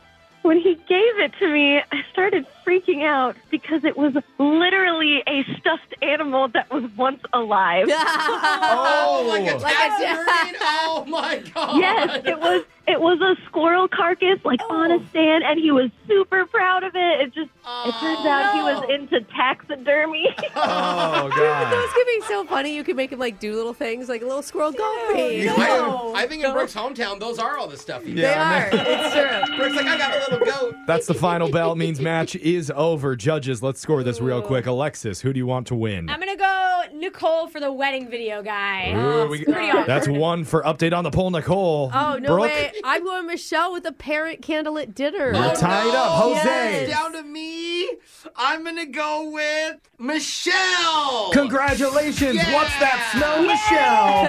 S18: when he gave it to me, I started freaking out because it was literally a stuffed animal that was once alive. Uh,
S9: Oh, like a
S4: Tatooine? Oh my god.
S18: Yes, it was. It was a squirrel carcass, like on a stand, and he was super proud of it. It just. it turns out he was into taxidermy.
S5: Oh god.
S3: It's gonna be so funny. You could make him like do little things, like a little squirrel. Go me.
S4: I, I think in Brooks' hometown, those are all the stuff. you
S5: Yeah,
S4: do.
S5: I
S3: It's true.
S4: Brooks like I got a little goat.
S5: That's the final bell. It means match is over. Judges, let's score this real quick. Alexis, who do you want to win?
S8: I'm gonna go Nicole for the wedding video guy.
S5: Ooh, we-
S8: It's pretty awkward.
S5: that's one for update on the poll, Nicole.
S3: Oh no
S5: Brooke,
S3: way! I'm going Michelle with a parent candlelit dinner. Oh,
S5: You're tied up, Jose.
S3: Yes.
S5: Down
S3: to
S19: Me, I'm gonna go with Michelle.
S5: Congratulations!
S19: Yeah.
S5: What's that smell,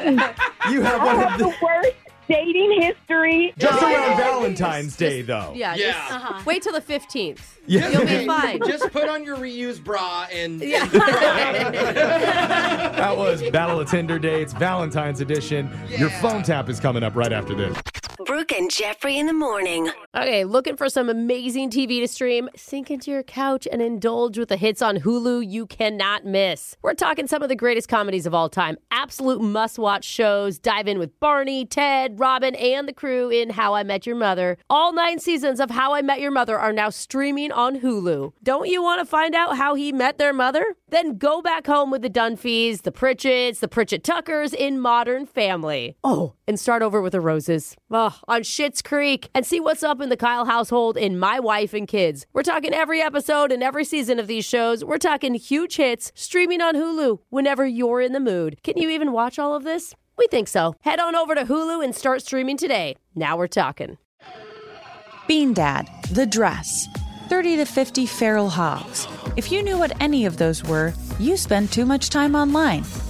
S5: Michelle? You have
S17: I
S5: one
S17: have
S5: of the
S17: the worst dating history.
S5: just
S17: in my
S5: around
S17: life.
S5: Valentine's Day, though.
S3: Yeah. Just Wait till the fifteenth.
S5: Yeah.
S3: You'll be fine.
S4: Just put on your reused bra and.
S5: That was Battle of Tinder Dates, Valentine's edition. Your phone tap is coming up right after this.
S3: Brooke and Jeffrey in the morning. Okay, looking for some amazing TV to stream? Sink into your couch and indulge with the hits on Hulu you cannot miss. We're talking some of the greatest comedies of all time, absolute must watch shows. Dive in with Barney, Ted, Robin, and the crew in How I Met Your Mother. All nine seasons of How I Met Your Mother are now streaming on Hulu. Don't you want to find out how he met their mother? Then go back home with the Dunphys, the Pritchett's, the Pritchett Tuckers in Modern Family. Oh, and start over with the Roses. Ugh, on Schitt's Creek and see what's up in the Kyle household in My Wife and Kids. We're talking every episode and every season of these shows. We're talking huge hits streaming on Hulu whenever you're in the mood. Can you even watch all of this? We think so. Head on over to Hulu and start streaming today. Now we're talking.
S20: Bean Dad, The Dress, 30 to 50 Feral Hogs. If you knew what any of those were, you spend too much time online.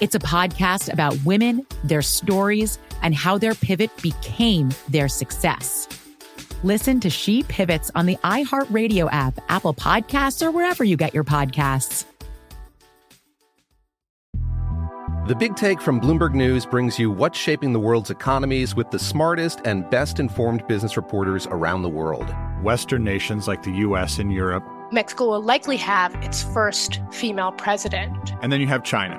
S12: It's a podcast about women, their stories, and how their pivot became their success. Listen to She Pivots on the iHeartRadio app, Apple Podcasts, or wherever you get your podcasts.
S21: The Big Take from Bloomberg News brings you what's shaping the world's economies with the smartest and best informed business reporters around the world.
S22: Western nations like the U.S. and Europe.
S23: Mexico will likely have its first female president.
S22: And then you have China.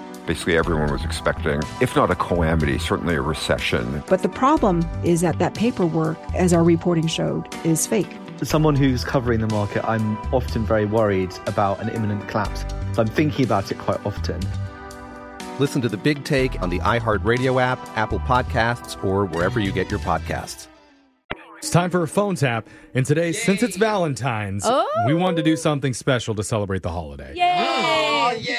S24: Basically, everyone was expecting, if not a calamity, certainly a recession.
S25: But the problem is that that paperwork, as our reporting showed, is fake.
S26: As someone who's covering the market, I'm often very worried about an imminent collapse. So I'm thinking about it quite often.
S21: Listen to the big take on the iHeartRadio app, Apple Podcasts, or wherever you get your podcasts.
S5: It's time for a phone tap. And today, since it's Valentine's,
S3: Oh.
S5: we wanted to do something special to celebrate the holiday.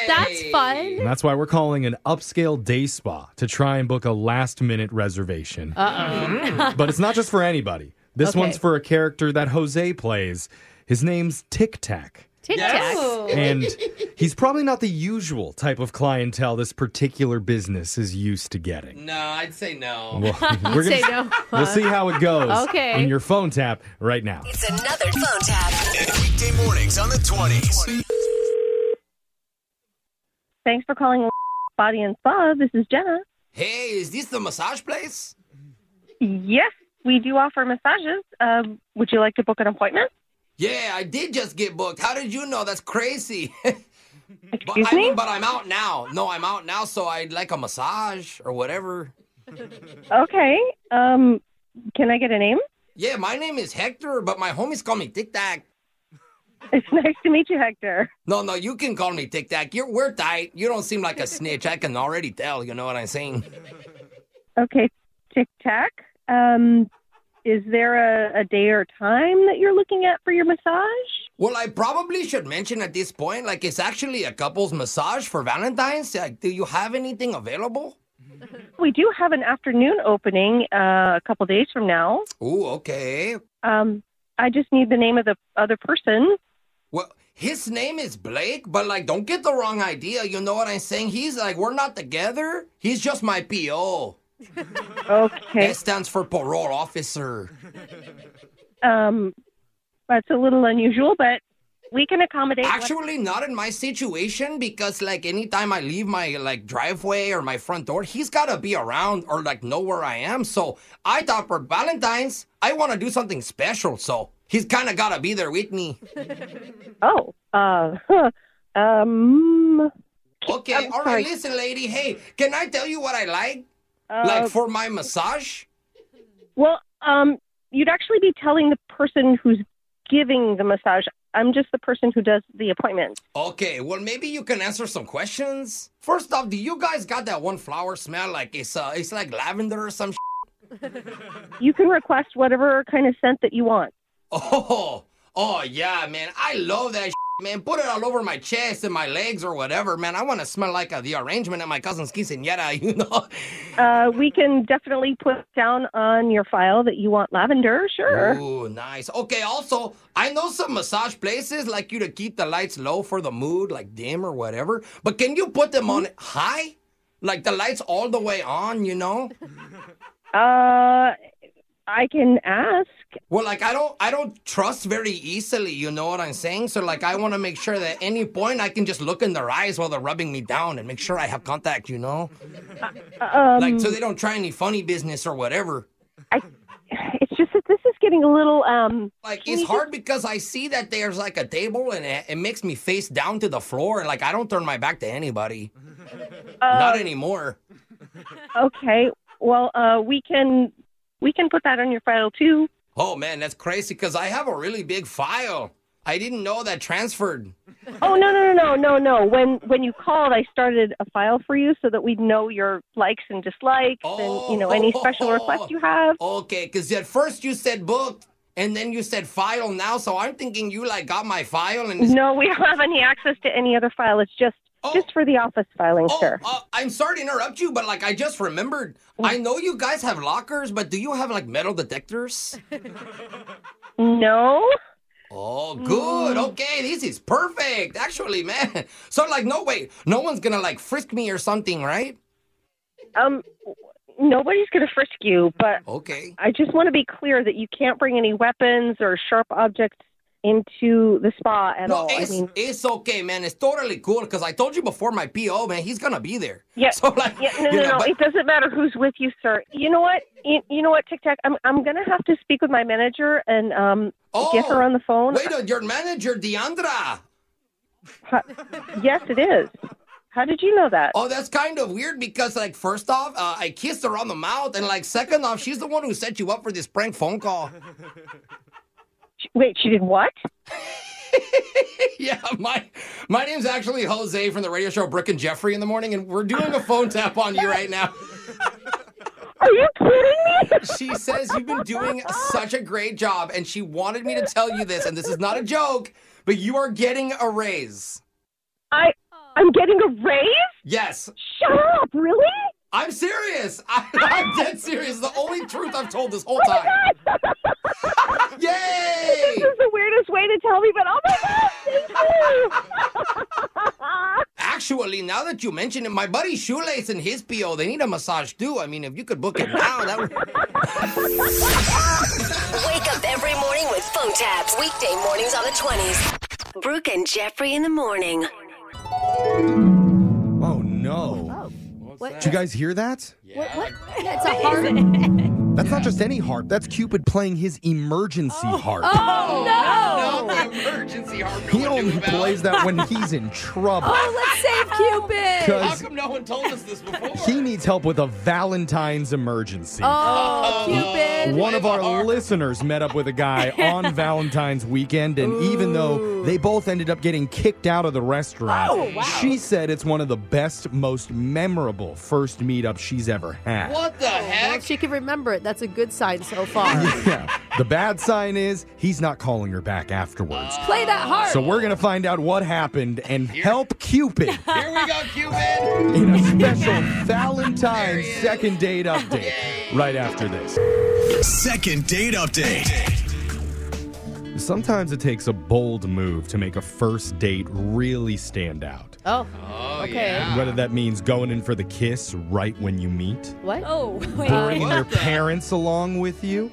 S3: That's fun.
S5: And that's why we're calling an upscale day spa to try and book a last minute reservation.
S3: Uh-oh.
S5: but it's not just for anybody. This
S3: Okay.
S5: one's for a character that Jose plays. His name's Tic Tac.
S3: Tic Tac.
S5: And he's probably not the usual type of clientele this particular business is used to getting.
S4: No, I'd say
S3: Oh.
S4: no.
S5: Well, we're
S24: Say
S5: gonna-
S24: no.
S5: We'll see how it goes
S24: Okay.
S5: in your phone tap right now.
S24: It's another phone tap. Weekday mornings on the 20s.
S27: Thanks for calling Body and Spa. This is Jenna.
S4: Hey, is this the massage place?
S27: Yes, we do offer massages. Um, would you like to book an appointment?
S4: Yeah, I did just get booked. How did you know? That's crazy. but,
S27: Excuse
S4: I,
S27: me?
S4: but I'm out now. No, I'm out now, so I'd like a massage or whatever.
S27: Okay. Um, can I get a name?
S4: Yeah, my name is Hector, but my homies call me Tic Tac.
S27: It's nice to meet you, Hector.
S4: No, no, you can call me Tic Tac. You're we're tight. You don't seem like a snitch. I can already tell. You know what I'm saying?
S27: Okay, Tic Tac. Um, is there a, a day or time that you're looking at for your massage?
S4: Well, I probably should mention at this point, like it's actually a couple's massage for Valentine's. Like, do you have anything available?
S27: We do have an afternoon opening uh, a couple days from now.
S4: Ooh, okay.
S27: Um, I just need the name of the other person.
S4: Well, his name is Blake, but like, don't get the wrong idea. You know what I'm saying? He's like, we're not together. He's just my PO.
S27: Okay.
S4: That stands for parole officer.
S27: Um, that's a little unusual, but we can accommodate. what-
S4: Actually, not in my situation because like, anytime I leave my like driveway or my front door, he's gotta be around or like know where I am. So I thought for Valentine's, I want to do something special. So he's kind of gotta be there with me.
S27: Oh, uh, huh, um,
S4: Okay, all right,
S27: sorry.
S4: listen, lady. Hey, can I tell you what I like?
S27: Uh,
S4: like for my massage?
S27: well, um, you'd actually be telling the person who's giving the massage. I'm just the person who does the appointment.
S4: Okay, well maybe you can answer some questions. First off, do you guys got that one flower smell like it's uh it's like lavender or some shit?
S27: You can request whatever kind of scent that you want.
S4: Oh, oh yeah, man. I love that shit, man. Put it all over my chest and my legs or whatever, man. I want to smell like uh, the arrangement at my cousin's quinceañera, you know.
S27: Uh, we can definitely put down on your file that you want lavender. Sure.
S4: Ooh, nice. Okay, also, I know some massage places like you to keep the lights low for the mood, like dim or whatever, but can you put them on high? Like the lights all the way on, you know?
S27: Uh, I can ask.
S4: Well, like I don't I don't trust very easily, you know what I'm saying? So like I want to make sure that any point I can just look in their eyes while they're rubbing me down and make sure I have contact, you know?
S27: Um,
S4: like so they don't try any funny business or whatever.
S27: It's just that this is getting a little um.
S4: Like
S27: can
S4: it's
S27: you
S4: hard because I see that there's like a table and it, it makes me face down to the floor and like
S27: Mm-hmm.
S4: I don't turn my back to anybody.
S27: just-
S4: Not
S27: uh,
S4: anymore.
S27: Okay. Well, uh, we can we can put that on your file too.
S4: Oh man, that's crazy because I have a really big file. I didn't know that transferred.
S27: Oh no no no no no no. When when you called, I started a file for you so that we'd know your likes and dislikes
S4: Oh.
S27: and you know any special requests you have.
S4: Okay, because at first you said booked, and then you said file now, so I'm thinking you like got my file and. it's-
S27: No, we don't have any access to any other file. It's just
S4: Oh.
S27: just for the office filing, sir.
S4: Uh, I'm sorry to interrupt you, but like I just remembered, I know you guys have lockers, but do you have like metal detectors?
S27: No.
S4: Oh, good.
S27: Mm.
S4: Okay, this is perfect. Actually, man. So like, no wait, no one's gonna like frisk me or something, right?
S27: Um, nobody's going to frisk you, but
S4: okay.
S27: I just want to be clear that you can't bring any weapons or sharp objects into the spa at
S4: No,
S27: all.
S4: it's,
S27: I mean,
S4: it's okay, man. It's totally cool because I told you before my PO, man, he's gonna be there.
S27: yeah,
S4: So like,
S27: yeah, no,
S4: you
S27: no,
S4: know,
S27: no.
S4: but-
S27: It doesn't matter who's with you, sir. You know what? You, you know what, Tic Tac? I'm I'm going to have to speak with my manager and um get her on the phone.
S4: Oh, Wait, uh, your manager, Deandra.
S27: yes, it is. How did you know that?
S4: Oh, that's kind of weird because, like, first off, uh, I kissed her on the mouth, and like, second off, she's the one who set you up for this prank phone call.
S27: Wait, she did what?
S4: yeah, my my name's actually Jose from the radio show Brooke and Jeffrey in the morning, and we're doing a phone tap on you right now.
S27: Are you kidding
S4: me? She says you've been doing such a great job, and she wanted me to tell you this, and this is not a joke, but you are getting a raise.
S27: I I'm getting a raise.
S4: Yes.
S27: Shut up! Really?
S4: I'm serious. I, I'm dead serious. The only truth I've told this whole
S27: Oh
S4: time. Yay!
S27: This is the weirdest way to tell me, but oh my god, thank you.
S4: Actually, now that you mention it, my buddy Shoelace and his PO, they need a massage too. I mean, if you could book it now, that would.
S9: Wake up every morning with phone taps. Weekday mornings on the 20s. Brooke and Jeffrey in the morning.
S5: Oh no!
S8: Oh.
S5: Did you guys hear that?
S8: What? what? That's a hard.
S5: That's not just any harp. That's Cupid playing his emergency harp.
S8: Oh,
S4: no! emergency harp.
S5: He only plays that when he's in trouble.
S8: Oh, let's save Cupid.
S5: 'Cause-
S4: How come no one told us this before?
S5: He needs help with a Valentine's emergency.
S8: Oh, Cupid.
S5: One of our listeners met up with a guy on Valentine's weekend, and even though they both ended up getting kicked out of the restaurant,
S4: Oh, wow.
S5: she said it's one of the best, most memorable first meetups she's ever had.
S3: What the heck? Oh, Well, if she can remember it, that's a good sign so far.
S5: Yeah. The bad sign is he's not calling her back afterwards.
S3: Play that harp.
S5: So we're going to find out what happened and help Cupid
S4: Here we go, Cupid.
S5: in a special Valentine's second date update right after this.
S1: Second date update.
S5: Sometimes it takes a bold move to make a first date really stand out.
S3: Oh. okay.
S5: Whether that means going in for the kiss right when you meet,
S3: What?
S8: Oh, wait.
S5: bringing your parents along with you,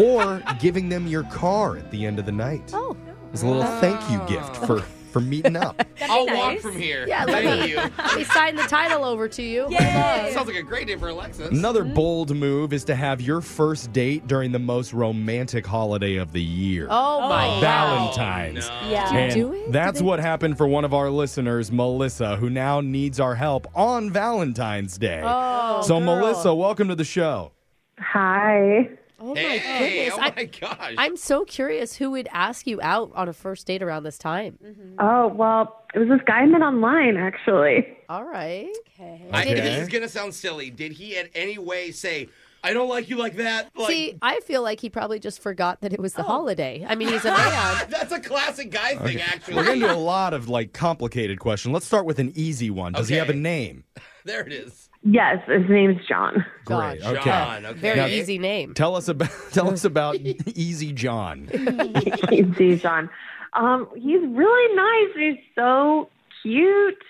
S5: or giving them your car at the end of the night. Oh. It's a little thank you gift
S3: Oh.
S5: for, for meeting up.
S4: I'll walk from here.
S3: Yeah, let
S4: Thank
S3: me,
S4: you.
S3: let me sign the title over to you.
S4: Sounds like a great day for Alexis.
S5: Another bold move is to have your first date during the most romantic holiday of the year.
S3: Oh, my God.
S5: Valentine's.
S3: no. Yeah.
S5: And
S3: Do you do it?
S5: That's what happened for one of our listeners, Melissa, who now needs our help on Valentine's Day.
S3: Oh,
S5: so
S3: girl.
S5: Melissa, welcome to the show.
S27: Hi.
S3: Oh my goodness.
S4: oh
S3: I,
S4: my gosh.
S3: I'm so curious who would ask you out on a first date around this time.
S27: Oh well, it was this guy I met online actually.
S3: All right.
S4: I,
S3: Did
S4: This
S3: he-
S4: is gonna sound silly. Did he in any way say, "I don't like you like that"? Like,
S3: See, I feel like he probably just forgot that it was the holiday. I mean, he's a man.
S4: that's a classic guy thing,
S5: Okay.
S4: actually.
S5: We're going to do a lot of like complicated questions. Let's start with an easy one. Does he have a name?
S4: There it is.
S27: Yes, his name's John.
S5: Great. Okay.
S4: John, okay.
S3: Very
S5: Now,
S3: easy name.
S5: Tell us about tell us about Easy John.
S27: See, John. Um, he's really nice. He's so cute.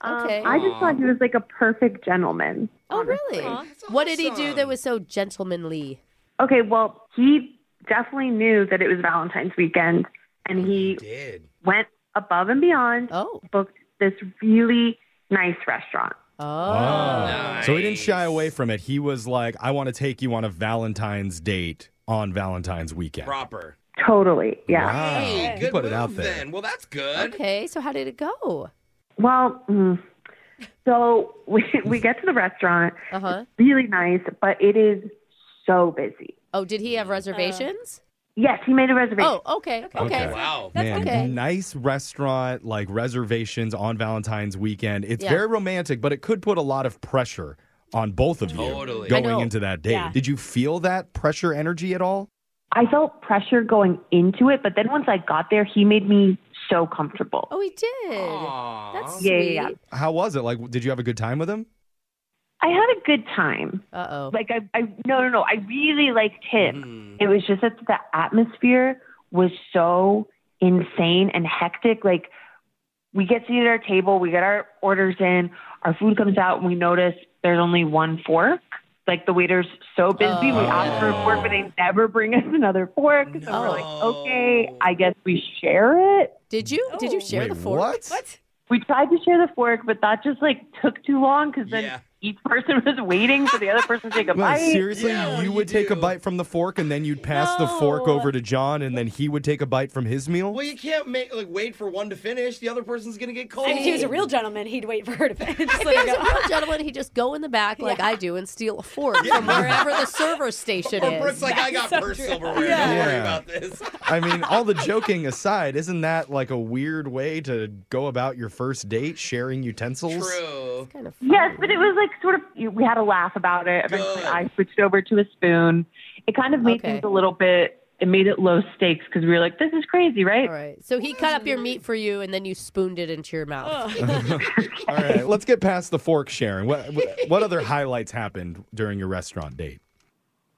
S27: Um,
S3: Okay.
S27: I just thought he was like a perfect gentleman.
S3: Oh, really? What did he do that was so gentlemanly?
S27: Okay, well, he definitely knew that it was Valentine's weekend, and he
S4: did.
S27: went above and beyond.
S3: Oh,
S27: booked this really nice restaurant.
S3: Oh.
S5: Oh. Ah. So he didn't shy away from it. He was like, I want to take you on a Valentine's date on Valentine's weekend.
S4: Proper.
S27: Totally. Yeah.
S5: Wow.
S4: Hey,
S5: He
S4: good
S5: put it
S4: move
S5: out there.
S4: Then. Well, that's good.
S3: Okay, so how did it go?
S27: Well, mm,
S10: So we, we get to the restaurant.
S3: Uh-huh.
S10: Really nice, but it is so busy.
S3: Oh, did he have
S4: Uh,
S3: reservations?
S10: Yes, he made a reservation.
S3: oh, okay. Okay.
S10: Wow.
S5: Man,
S3: okay.
S5: nice restaurant, like reservations on Valentine's weekend. It's
S3: Yeah.
S5: very romantic, but it could put a lot of pressure on both of you
S10: Totally. I
S5: going
S10: know.
S5: into that date.
S10: Yeah.
S5: Did you feel that pressure energy at all?
S10: I felt pressure going into it, but then once I got there, he made me so comfortable.
S3: Oh, he did. That's
S10: Yeah,
S3: sweet.
S10: yeah, yeah.
S5: How was it? Like, did you have a good time with him?
S10: I had a good time.
S3: Uh oh.
S10: Like I, I no no no. I really liked him. It was just that the atmosphere was so insane and hectic. Like we get seated at our table, we get our orders in, our food comes out, and we notice there's only one fork. Like the waiter's so busy, we ask for a fork, but they never bring us another fork. So we're like, okay, I guess we share it.
S3: Did you? Did you share the fork?
S10: what? We tried to share the fork, but that just like took too long because then each person was waiting for the other person to take a
S5: Well,
S10: bite.
S5: seriously, you would take a bite from the fork and then you'd pass the fork over to John and then he would take a bite from his meal?
S28: Well, you can't make like wait for one to finish. The other person's gonna get cold.
S8: And if he was a real gentleman, he'd wait for her to finish.
S3: If he was a real gentleman, he'd just go in the back like I do and steal a fork from wherever the server station
S28: Or
S3: is.
S28: Brooke's like, I got
S3: That's so
S28: purse
S3: true.
S28: silverware.
S3: Yeah.
S28: Don't worry
S5: Yeah.
S28: about this.
S5: I mean, all the joking aside, isn't that like a weird way to go about your first date, sharing utensils?
S28: True.
S10: Yes, but it was like sort of we had a laugh about it. Eventually, I switched over to a spoon. It kind of made things a little bit. It made it low stakes because we were like, "This is crazy, right?"
S3: All right. So he cut up your meat for you, and then you spooned it into your mouth.
S5: All right, let's get past the fork sharing. What what- what other highlights happened during your restaurant date?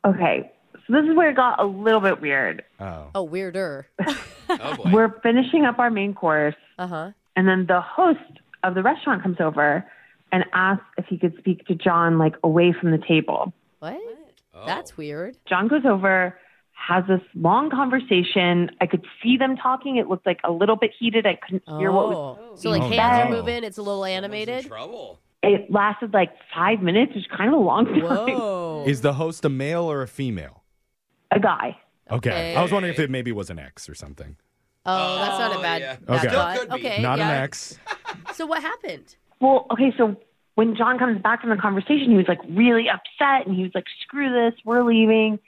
S10: Okay, so this is where it got a little bit weird.
S5: Oh.
S3: Oh, weirder.
S28: Oh,
S10: We're finishing up our main course,
S3: Uh huh.
S10: and then the host of the restaurant comes over and asks if he could speak to John, like away from the table.
S3: What?
S28: Oh.
S3: That's weird.
S10: John goes over, has this long conversation. I could see them talking. It looked like a little bit heated. I couldn't hear what was.
S3: Oh. So like
S5: Oh,
S10: being
S3: hands
S10: said.
S3: are moving. It's a little animated.
S28: Oh. Trouble.
S10: It lasted like five minutes, which is kind of a long time.
S3: Whoa.
S5: Is the host a male or a female?
S10: A guy.
S5: Okay.
S10: Okay.
S5: I was wondering if it maybe was an ex or something.
S3: Oh, that's not a bad. bad
S5: Okay.
S3: thought. Okay.
S5: Not
S3: yeah.
S5: an ex.
S3: So what happened?
S10: Well, okay, so when John comes back from the conversation, he was like really upset and he was like, screw this, we're leaving.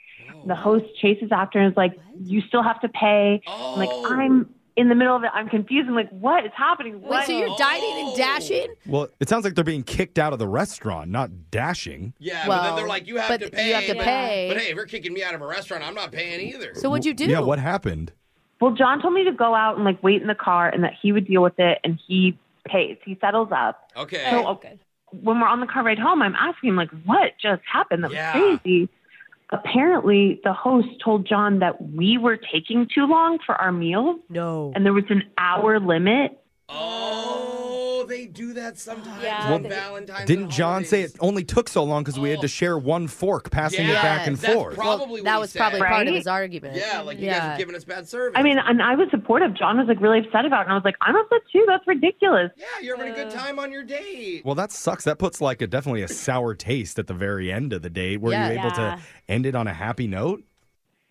S10: The
S3: Oh.
S10: host chases after and is like, you still have to pay. I'm like, I'm in the middle of it. I'm confused. I'm like, what is happening?
S3: Oh. Wait, so you're dining and
S28: Oh.
S3: dashing?
S5: Well, it sounds like they're being kicked out of the restaurant, not dashing.
S28: Yeah, but
S3: Well,
S28: then they're like, you have
S3: but
S28: to
S3: th-
S28: pay.
S3: you have to
S28: but,
S3: pay.
S28: But hey, if you're kicking me out of a restaurant, I'm not paying either.
S5: Yeah, what happened?
S10: Well, John told me to go out and like wait in the car and that he would deal with it and he pays. He settles up.
S28: Okay.
S10: So uh, when we're on the car ride home, I'm asking him like, what just happened? That
S28: Yeah.
S10: was crazy. Apparently, the host told John that we were taking too long for our meal.
S3: No.
S10: And there was an hour limit.
S28: Oh, they do that sometimes
S10: Uh,
S28: on Valentine's.
S5: Didn't John say it only took so long because we had to share one fork, passing it
S28: Yeah,
S5: back and
S28: that's
S5: forth?
S28: Probably
S3: Well,
S28: what
S3: that
S28: he
S3: was
S28: said.
S3: probably part of
S10: Right?
S3: his argument.
S28: Yeah, like you guys are giving us bad service.
S10: I mean, and I was supportive. John was like really upset about it. And I was like, I'm upset too. That's ridiculous.
S28: yeah, you're having a good time on your date.
S5: Well, that sucks. That puts like a definitely a sour taste at the very end of the date. Were
S10: Yeah.
S5: you able
S10: Yeah.
S5: to end it on a happy note?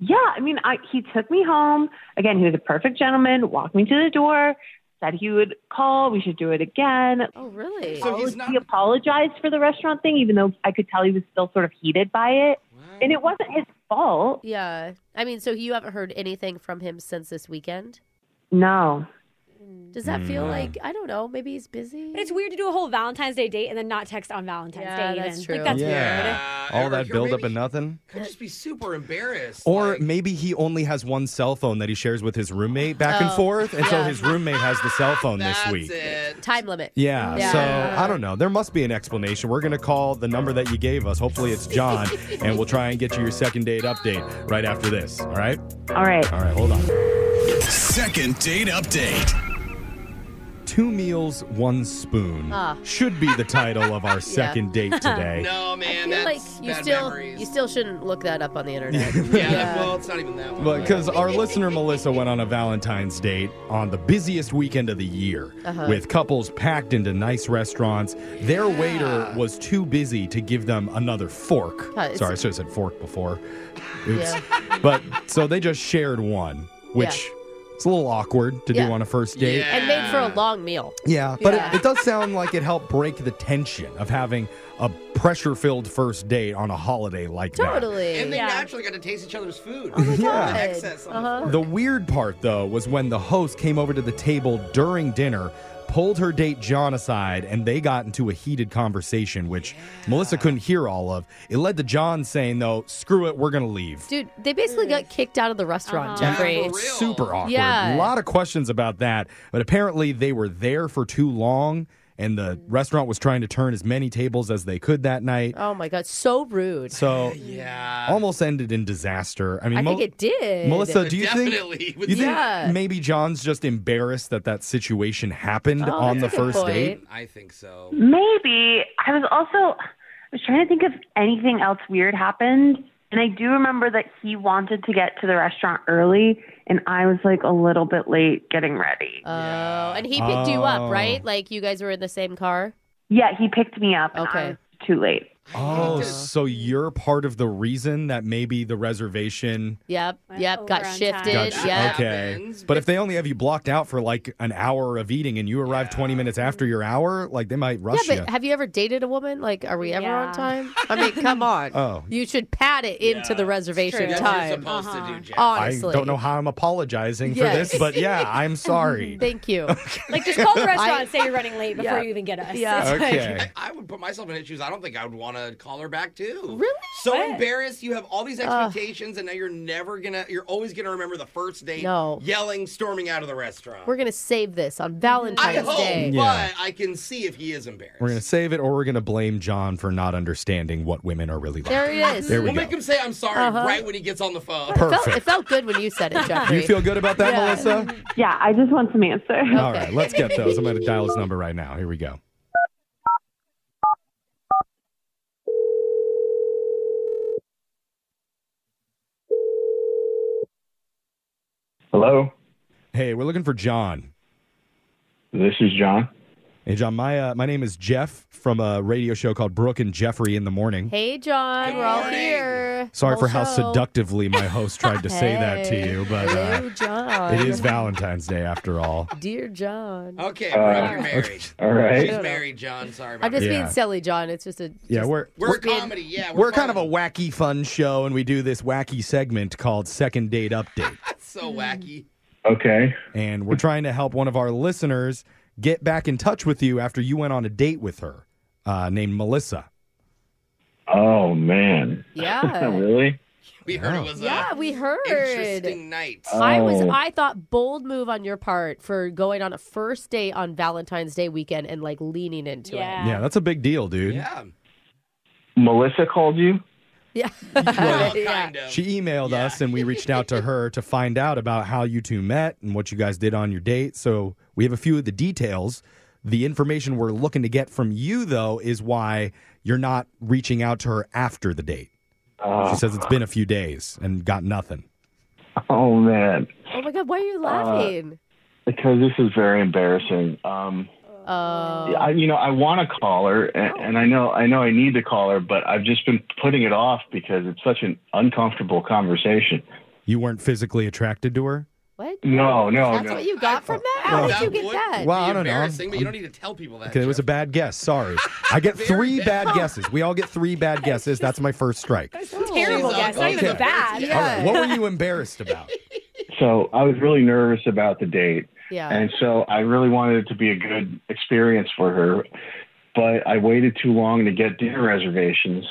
S10: Yeah. I mean, I, he took me home. Again, he was a perfect gentleman, walked me to the door, said he would call. We should do it again.
S3: Oh, really?
S10: Apolo- he apologized for the restaurant thing, even though I could tell he was still sort of heated by it. And it wasn't his fault.
S3: Yeah. I mean, so you haven't heard anything from him since this weekend?
S10: No.
S3: Does that
S5: Mm-hmm.
S3: feel
S5: Mm.
S10: No.
S3: like I don't know? Maybe he's busy.
S8: But it's weird to do a whole Valentine's Day date and then not text on Valentine's
S3: Yeah,
S8: Day.
S3: that's
S8: even.
S3: true.
S8: Like, that's
S5: yeah. All that build up and nothing.
S28: Could just be super embarrassed.
S5: Or maybe he only has one cell phone that he shares with his roommate back and
S3: Oh,
S5: forth, and so
S3: yeah.
S5: his roommate has the cell phone this week.
S3: Time limit.
S5: Yeah, so I don't know. There must be an explanation. We're going to call the number that you gave us. Hopefully, it's John, and we'll try and get you your second date update right after this. All right?
S10: All right.
S5: All right, hold on.
S1: Second date update.
S5: Two meals, one spoon
S3: Ah.
S5: should be the title of our second date today.
S28: No, man,
S3: I feel
S28: that's
S3: like you
S28: bad
S3: still
S28: memories.
S3: you still shouldn't look that up on the internet.
S28: yeah, well, it's not even that one.
S5: But because our listener Melissa went on a Valentine's date on the busiest weekend of the year
S28: Uh-huh.
S5: with couples packed into nice restaurants. Their waiter was too busy to give them another fork.
S28: Uh, it's-
S5: Sorry, I should have said fork before. Oops.
S28: Yeah.
S5: But so they just shared one, which It's a little awkward to
S3: Yeah.
S5: do on a first date.
S3: And made for a long meal.
S5: Yeah, but
S3: Yeah.
S5: It, it does sound like it helped break the tension of having a pressure filled first date on a holiday like
S3: Totally.
S28: And they
S3: Yeah.
S28: naturally got to taste each other's food.
S5: that. Yeah.
S28: The excess on
S8: Uh-huh.
S28: the
S5: The weird part, though, was when the host came over to the table during dinner, pulled her date John aside, and they got into a heated conversation, which Melissa couldn't hear all of. It led to John saying, though, screw it, we're going to leave.
S3: Dude, they basically
S28: Mm.
S3: got kicked out of the restaurant,
S28: Uh-huh.
S3: Jeffrey.
S5: It's super awkward. A
S3: Yeah.
S5: lot of questions about that. But apparently, they were there for too long, and the restaurant was trying to turn as many tables as they could that night.
S3: Oh my god, so rude.
S5: So, yeah, almost ended in disaster. I mean,
S3: I
S5: Mel-
S3: think it did.
S5: Melissa, do you
S3: Definitely.
S5: think you think
S3: Yeah.
S5: maybe John's just embarrassed that that situation happened
S10: Oh,
S5: on the
S10: that's a good
S5: first
S10: point.
S5: date?
S28: I think so.
S10: Maybe. I was also I was trying to think if anything else weird happened. And I do remember that he wanted to get to the restaurant early and I was like a little bit late getting ready.
S3: Oh, and he picked you
S10: Oh.
S3: up, right? Like you guys were in the same car.
S10: Yeah, he picked me up. And I
S3: Okay.
S10: was too late.
S5: Oh, so you're part of the reason that maybe the reservation
S3: Yep, yep. Got shifted.
S5: got sh-
S3: Yep.
S5: okay. But if they only have you blocked out for like an hour of eating and you arrive 20 minutes after your hour, like they might
S3: Yeah,
S5: rush
S3: but
S5: you.
S3: have you ever dated a woman? Like, are we ever on time? I mean, come on.
S5: Oh.
S3: You should pad it into the reservation
S28: That's what you're
S3: time.
S28: supposed to
S8: Uh-huh.
S28: do, Jeff.
S3: Honestly.
S5: I don't know how I'm apologizing
S3: Uh-huh. Yes.
S5: for this, but yeah, I'm sorry.
S3: Thank you.
S8: Like, just call the
S3: I-
S8: restaurant and say you're running late before
S3: Yeah.
S8: you even get us.
S3: Yeah.
S8: It's like-
S5: Okay.
S28: I would put myself in his shoes. I don't think I would want to call her back too. Really? So embarrassed. You have all these expectations, and now you're never gonna. You're always gonna remember the first date.
S3: No.
S28: Yelling, storming out of the restaurant.
S3: We're going to save this on
S28: I
S3: Valentine's
S28: hope,
S3: Day.
S5: Yeah.
S28: but I can see if he is embarrassed.
S5: We're going to save it or we're going to blame John for not understanding what women are really like.
S3: There he is.
S5: There we
S28: we'll
S5: go.
S28: make him say I'm sorry
S3: Uh-huh.
S28: right when he gets on the phone.
S3: It felt,
S5: Perfect.
S3: it felt good when you said it, Jeffrey.
S5: You feel good about that,
S3: Yeah.
S5: Melissa?
S10: Yeah, I just want some answer.
S5: All right, let's get those. I'm going to dial his number right now. Here we go.
S29: Hello,
S5: Hey, we're looking for John.
S29: this is John.
S5: Hey, John. My uh, my name is Jeff from a radio show called Brooke and Jeffrey in the Morning.
S3: Hey, John. We're all here.
S5: Sorry for
S3: Whole
S5: how
S3: show.
S5: seductively my host tried to say that to you, but
S3: Hello,
S5: uh,
S3: John.
S5: it is Valentine's Day after all.
S3: Dear John.
S28: Okay,
S5: Uh,
S28: bro, you're married.
S5: all right.
S28: She's married, John. Sorry about
S3: I'm just
S28: that.
S3: being
S5: Yeah.
S3: silly, John. It's just a.
S5: Yeah, we're
S28: We're a comedy, yeah.
S5: we're kind of a wacky fun show, and we do this wacky segment called Second Date Update.
S28: That's so wacky.
S29: Okay.
S5: And we're trying to help one of our listeners get back in touch with you after you went on a date with her, uh, named Melissa.
S29: Oh man.
S3: Yeah.
S29: really?
S28: We heard it was
S3: Yeah, we heard.
S28: Interesting night.
S3: I was.
S29: Oh.
S3: I thought bold move on your part for going on a first date on Valentine's Day weekend and like leaning into
S5: Yeah, that's a big deal, dude. Yeah.
S29: Melissa called you?
S3: it.
S5: Well,
S3: Yeah. yeah.
S5: She emailed us and we reached out to her to find out about how you two met and what you guys did on your date. So we have a few of the details. The information we're looking to get from you, though, is why you're not reaching out to her after the date.
S29: Oh.
S5: She says it's been a few days and got nothing.
S29: Oh man.
S3: Oh my God! Why are
S29: Uh,
S3: you laughing?
S29: Because this is very embarrassing. Um
S3: Oh.
S29: I, you know, I want to call her, and, and I know, I know, I need to call her, but I've just been putting it off because it's such an uncomfortable conversation.
S5: You weren't physically attracted to her?
S3: What?
S29: No, no,
S3: That's
S29: no.
S3: what you got from that?
S5: Well,
S3: How
S5: that
S3: did you get
S5: would
S3: that?
S5: Well, I don't know.
S28: embarrassing, but you
S5: I'm-
S28: don't need to tell people that.
S5: Okay, it was a bad guess. Sorry. I get three bad guesses. We all get three bad guesses. That's my first strike.
S8: Terrible guess. Not even
S5: Okay.
S8: bad.
S5: All right. What were you embarrassed about?
S29: So I was really nervous about the date.
S3: Yeah.
S29: And so I really wanted it to be a good experience for her, but I waited too long to get dinner reservations.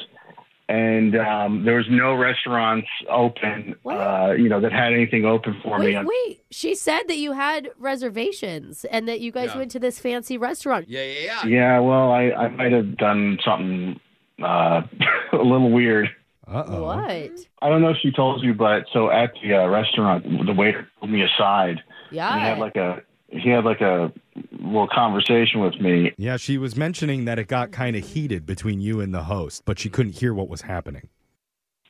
S29: And um, there was no restaurants open, uh, you know, that had anything open for me.
S3: Wait, wait. She said that you had reservations and that you guys
S29: Yeah.
S3: went to this fancy restaurant.
S28: Yeah, yeah, yeah.
S29: Yeah, well, I, I might have done something uh, a little weird.
S5: Uh-oh.
S3: What?
S29: I don't know if she told you, but so at the uh, restaurant, the waiter pulled me aside. And he
S3: Yeah.
S29: had like a he had like a little conversation with me.
S5: Yeah, she was mentioning that it got kind of heated between you and the host, but she couldn't hear what was happening.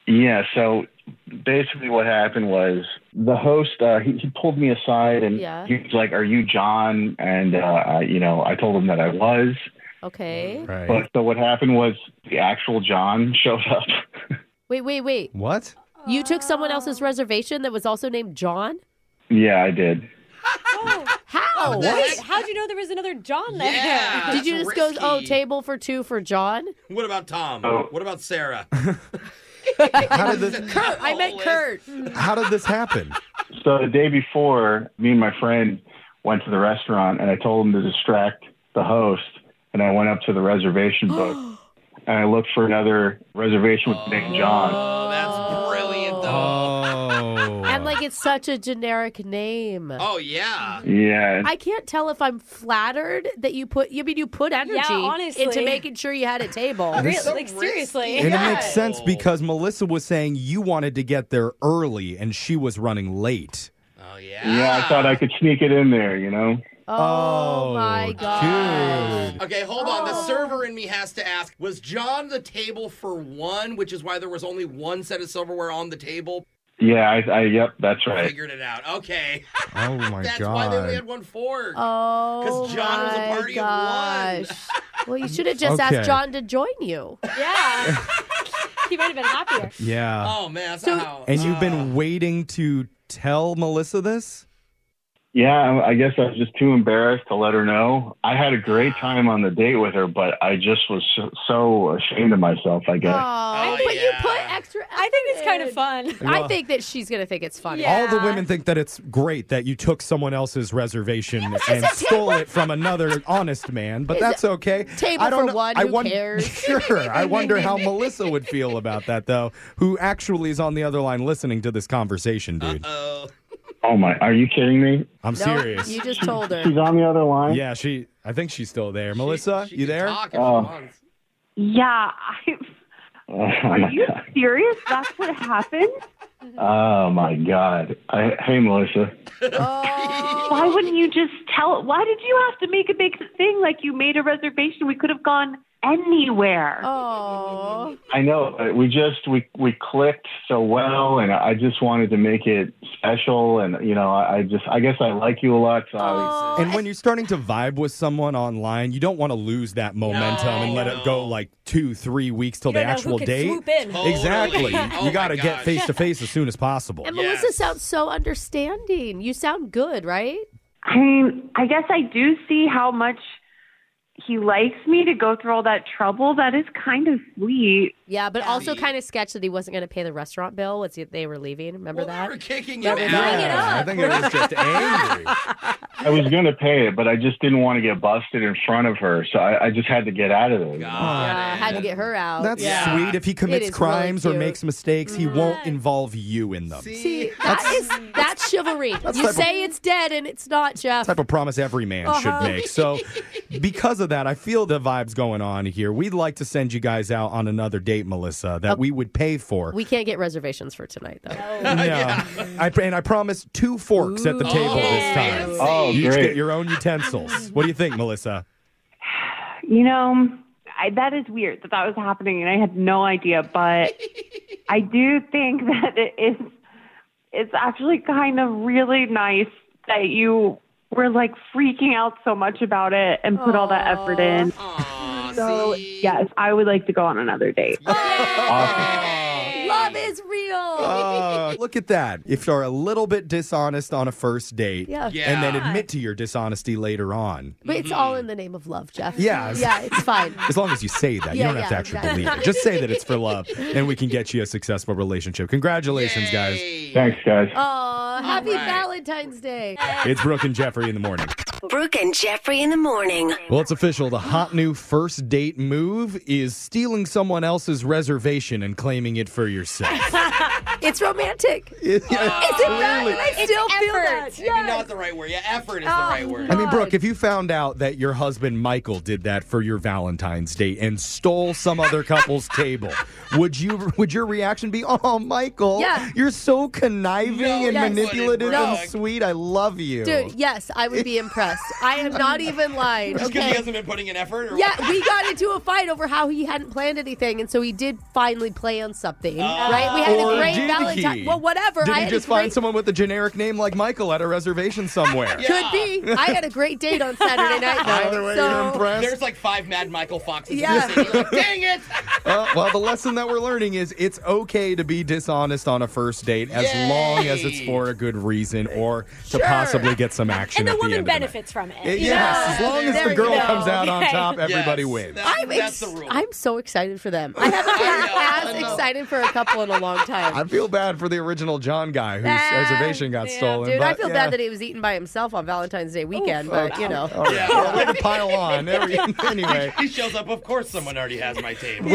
S29: Yeah. So basically, what happened was the host uh, he, he pulled me aside and
S3: Yeah.
S29: he was like, "Are you John?" And uh, I, you know, I told him that I was.
S3: okay.
S29: But so what happened was the actual John showed up.
S3: Wait, wait, wait.
S5: What?
S3: You took someone else's reservation that was also named John?
S29: Yeah, I did.
S8: How?
S3: Oh, what?
S8: Wait, how'd you know there was another John there?
S28: Yeah,
S3: Did you
S28: that's
S3: just go, oh,
S28: risky.
S3: table for two for John?
S28: What about Tom?
S5: Oh.
S28: What about Sarah?
S5: How did this,
S3: Kurt, I meant Kurt.
S5: how did this happen?
S29: So the day before, me and my friend went to the restaurant, and I told him to distract the host. And I went up to the reservation book, and I looked for another reservation with the name John.
S5: Oh.
S3: And like it's such a generic name.
S28: Oh yeah.
S29: Yeah.
S3: I can't tell if I'm flattered that you put. You mean you put energy
S8: honestly.
S3: into making sure you had a table.
S5: This- Really?
S8: Like, seriously.
S5: And it makes sense because Melissa was saying you wanted to get there early and she was running late.
S28: Oh,
S29: Yeah, I thought I could sneak it in there, you know?
S5: Oh,
S3: my Oh.
S5: god.
S28: Okay, hold on. The server in me has to ask: Was John the table for one, which is why there was only one set of silverware on the table?
S29: Yeah, I, I yep, that's right.
S28: Figured it out. Okay,
S5: Oh my
S28: that's
S5: god.
S28: why they only had one fork.
S3: Oh,
S28: because John was a
S3: my
S28: party
S3: gosh.
S28: of
S3: well, you should have just
S5: Okay.
S3: asked John to join you.
S8: Yeah. he might have been happier.
S5: Yeah.
S28: Oh man, that's not how.
S5: And you've been waiting to tell Melissa this?
S29: Yeah, I guess I was just too embarrassed to let her know. I had a great time on the date with her, but I just was so- so ashamed of myself, I guess.
S28: Oh,
S3: but you put extra. I think
S8: it's kind of fun.
S3: I
S5: Well-
S3: think that she's gonna think it's funny.
S5: All the women think that it's great that you took someone else's reservation and
S3: a
S5: stole
S3: table.
S5: it from another honest man, but
S3: It's
S5: that's
S3: a
S5: okay.
S3: table
S5: I don't
S3: for
S5: know-
S3: one,
S5: I
S3: who cares?
S5: Sure. I wonder how Melissa would feel about that, though, who actually is on the other line listening to this conversation, dude.
S29: Oh my, are you kidding me?
S5: I'm
S3: No,
S5: serious.
S3: You just told her.
S29: She's on the other line?
S5: Yeah, she. I think she's still there. Melissa, you there?
S10: Yeah. I,
S29: Oh my god.
S10: serious? That's what happened?
S29: Oh my god. I, hey Melissa.
S3: Oh.
S10: Why wouldn't you just tell? Why did you have to make a big thing? Like you made a reservation. We could have gone anywhere.
S3: Oh.
S29: I know uh, we just we we clicked so well, and I just wanted to make it special. And you know, I, I just I guess I like you a lot. So I,
S5: And when you're starting to vibe with someone online, you don't want to lose that momentum and let it go like two, three weeks till
S3: You
S5: the
S3: don't know who
S5: actual
S3: could
S5: date.
S3: swoop in. Totally.
S5: Exactly.
S3: Oh
S5: you
S3: my
S5: got to get
S3: gosh.
S5: face to face as soon as possible.
S3: And Melissa sounds so understanding. You sound good, right?
S10: I mean, I guess I do see how much he likes me to go through all that trouble. That is kind of sweet.
S3: Yeah, but also kind of sketch that he wasn't going to pay the restaurant bill once he- they were leaving. Remember that?
S28: We're kicking
S3: That
S28: him
S3: was
S28: out.
S3: hanging
S5: I think it was just angry.
S29: I was gonna pay it, but I just didn't want to get busted in front of her. So I, I just had to get out of there.
S3: I had to get her out.
S5: That's
S3: Yeah.
S5: sweet. If he
S3: It
S5: commits
S3: is
S5: crimes
S3: really
S5: or
S3: cute.
S5: makes mistakes, he won't involve you in
S28: Um,
S5: them.
S3: See, that is that's chivalry.
S5: That's
S3: you
S5: type of-
S3: say it's dead and it's not, Jeff.
S5: type of promise every man
S3: Uh-huh.
S5: should make. So, because of that, I feel the vibes going on here. We'd like to send you guys out on another date, Melissa, that we would pay for.
S3: We can't get reservations for tonight though.
S5: no, I, and I promise two forks at the table this time.
S29: Oh,
S5: you each
S29: great.
S5: get your own utensils. What do you think, Melissa?
S10: You know, I, that is weird that that was happening, and I had no idea. But I do think that it is. It's actually kind of really nice that you were like freaking out so much about it and put all that effort in. so yes, I would like to go on another date.
S3: Love is real.
S5: Oh, look at that. If you're a little bit dishonest on a first date
S3: Yeah.
S5: and then admit to your dishonesty later on,
S3: But it's all in the name of love, Jeff.
S5: Yeah.
S3: Yeah, it's fine.
S5: As long as you say that, you
S3: Yeah,
S5: don't have to
S3: yeah,
S5: actually
S3: exactly.
S5: believe it. Just say that it's for love, and we can get you a successful relationship. Congratulations, guys.
S29: Thanks, guys.
S3: Aw, happy Valentine's Day.
S5: It's Brooke and Jeffrey in the morning.
S9: Brooke and Jeffrey in the morning.
S5: Well, it's official. The hot new first date move is stealing someone else's reservation and claiming it for yourself.
S3: It's romantic.
S5: It-
S3: Is it right? I still feel that.
S28: Maybe not the right word. Yeah, effort is the
S3: Oh.
S28: right word.
S5: I mean, Brooke, if you found out that your husband Michael did that for your Valentine's date and stole some other couple's table, would you would your reaction be, "Oh, Michael,
S3: Yeah.
S5: you're so conniving and
S3: Yes.
S5: manipulative
S3: No.
S5: and sweet. I love you."
S3: Dude, yes, I would be impressed. I am not even lying.
S4: Just because
S3: Okay.
S4: he hasn't been putting in effort? Or
S3: Yeah, we got into a fight over how he hadn't planned anything, and so he did finally plan
S28: Oh.
S3: something, right? We had
S5: Or
S3: a great
S5: did
S3: Valentine.
S5: he?
S3: Well, whatever.
S5: Did
S3: I
S5: he
S3: had a
S5: just
S3: great-
S5: find someone with a generic name like Michael at a reservation somewhere?
S3: Could be. I had a great date on Saturday night, though.
S5: Either way,
S3: so
S5: you're impressed.
S4: There's like five Mad Michael Foxes.
S3: Yeah.
S4: in the city. Like, Dang it!
S5: Uh, well, the lesson that we're learning is it's okay to be dishonest on a first date as
S8: Yay.
S5: long as it's for a good reason or to
S8: Sure.
S5: possibly get some action.
S8: And the
S5: at
S8: woman
S5: end of
S8: benefits from it.
S5: the night.
S8: you
S5: yes,
S8: know?
S5: as long as
S8: There
S5: the
S8: you
S5: girl
S8: go.
S5: comes out on
S8: Okay.
S5: top, everybody wins.
S3: I'm, ex- I'm so excited for them. I haven't been as excited for a couple in a long time.
S5: I feel bad for the original John guy whose
S3: Ah,
S5: reservation got stolen.
S3: Dude,
S5: but
S3: I feel
S5: yeah. Oh,
S3: bad that he was eaten by himself on Valentine's Day weekend, but you know.
S5: All right. Well, way to pile on. Every- anyway.
S4: He shows up. Of course, someone already has my table.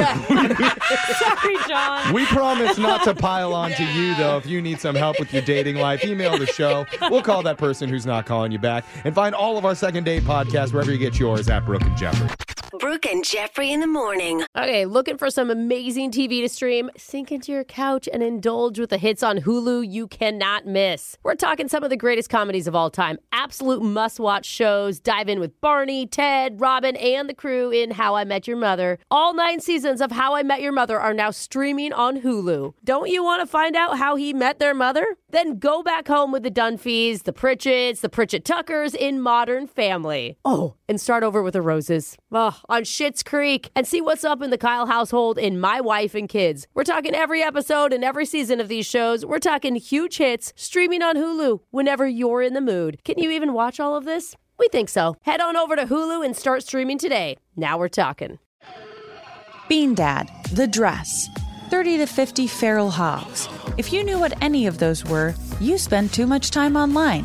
S8: Sorry, John.
S5: We promise not to pile on to you, though. If you need some help with your dating life, email the show. We'll call that person who's not calling you back. And find all of our second date podcasts wherever you get yours at Brooke and Jeffrey.
S9: Brooke and Jeffrey in the morning.
S3: Okay, looking for some amazing TV to stream? Sink into your couch and indulge with the hits on Hulu you cannot miss. We're talking some of the greatest comedies of all time, absolute must watch shows. Dive in with Barney, Ted, Robin, and the crew in How I Met Your Mother. All nine seasons of How I Met Your Mother are now streaming on Hulu. Don't you want to find out how he met their mother? Then go back home with the Dunphys, the Pritchetts, the Pritchett Tuckers in Modern Family. Oh, and start over with the Roses. Ugh, on Schitt's Creek and see what's up in the Kyle household in My Wife and Kids. We're talking every episode and every season of these shows. We're talking huge hits streaming on Hulu whenever you're in the mood. Can you even watch all of this? We think so. Head on over to Hulu and start streaming today. Now we're talking.
S20: Bean Dad, The Dress, 30 to 50 Feral Hogs. If you knew what any of those were, you spend too much time online.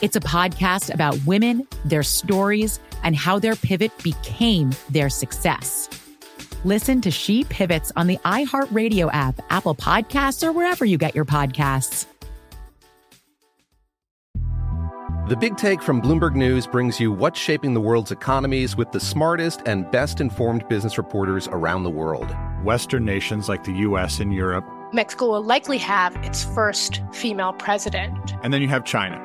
S12: It's a podcast about women, their stories, and how their pivot became their success. Listen to She Pivots on the iHeartRadio app, Apple Podcasts, or wherever you get your podcasts.
S21: The Big Take from Bloomberg News brings you what's shaping the world's economies with the smartest and best informed business reporters around the world.
S30: Western nations like the US and Europe.
S31: Mexico will likely have its first female president.
S30: And then you have China.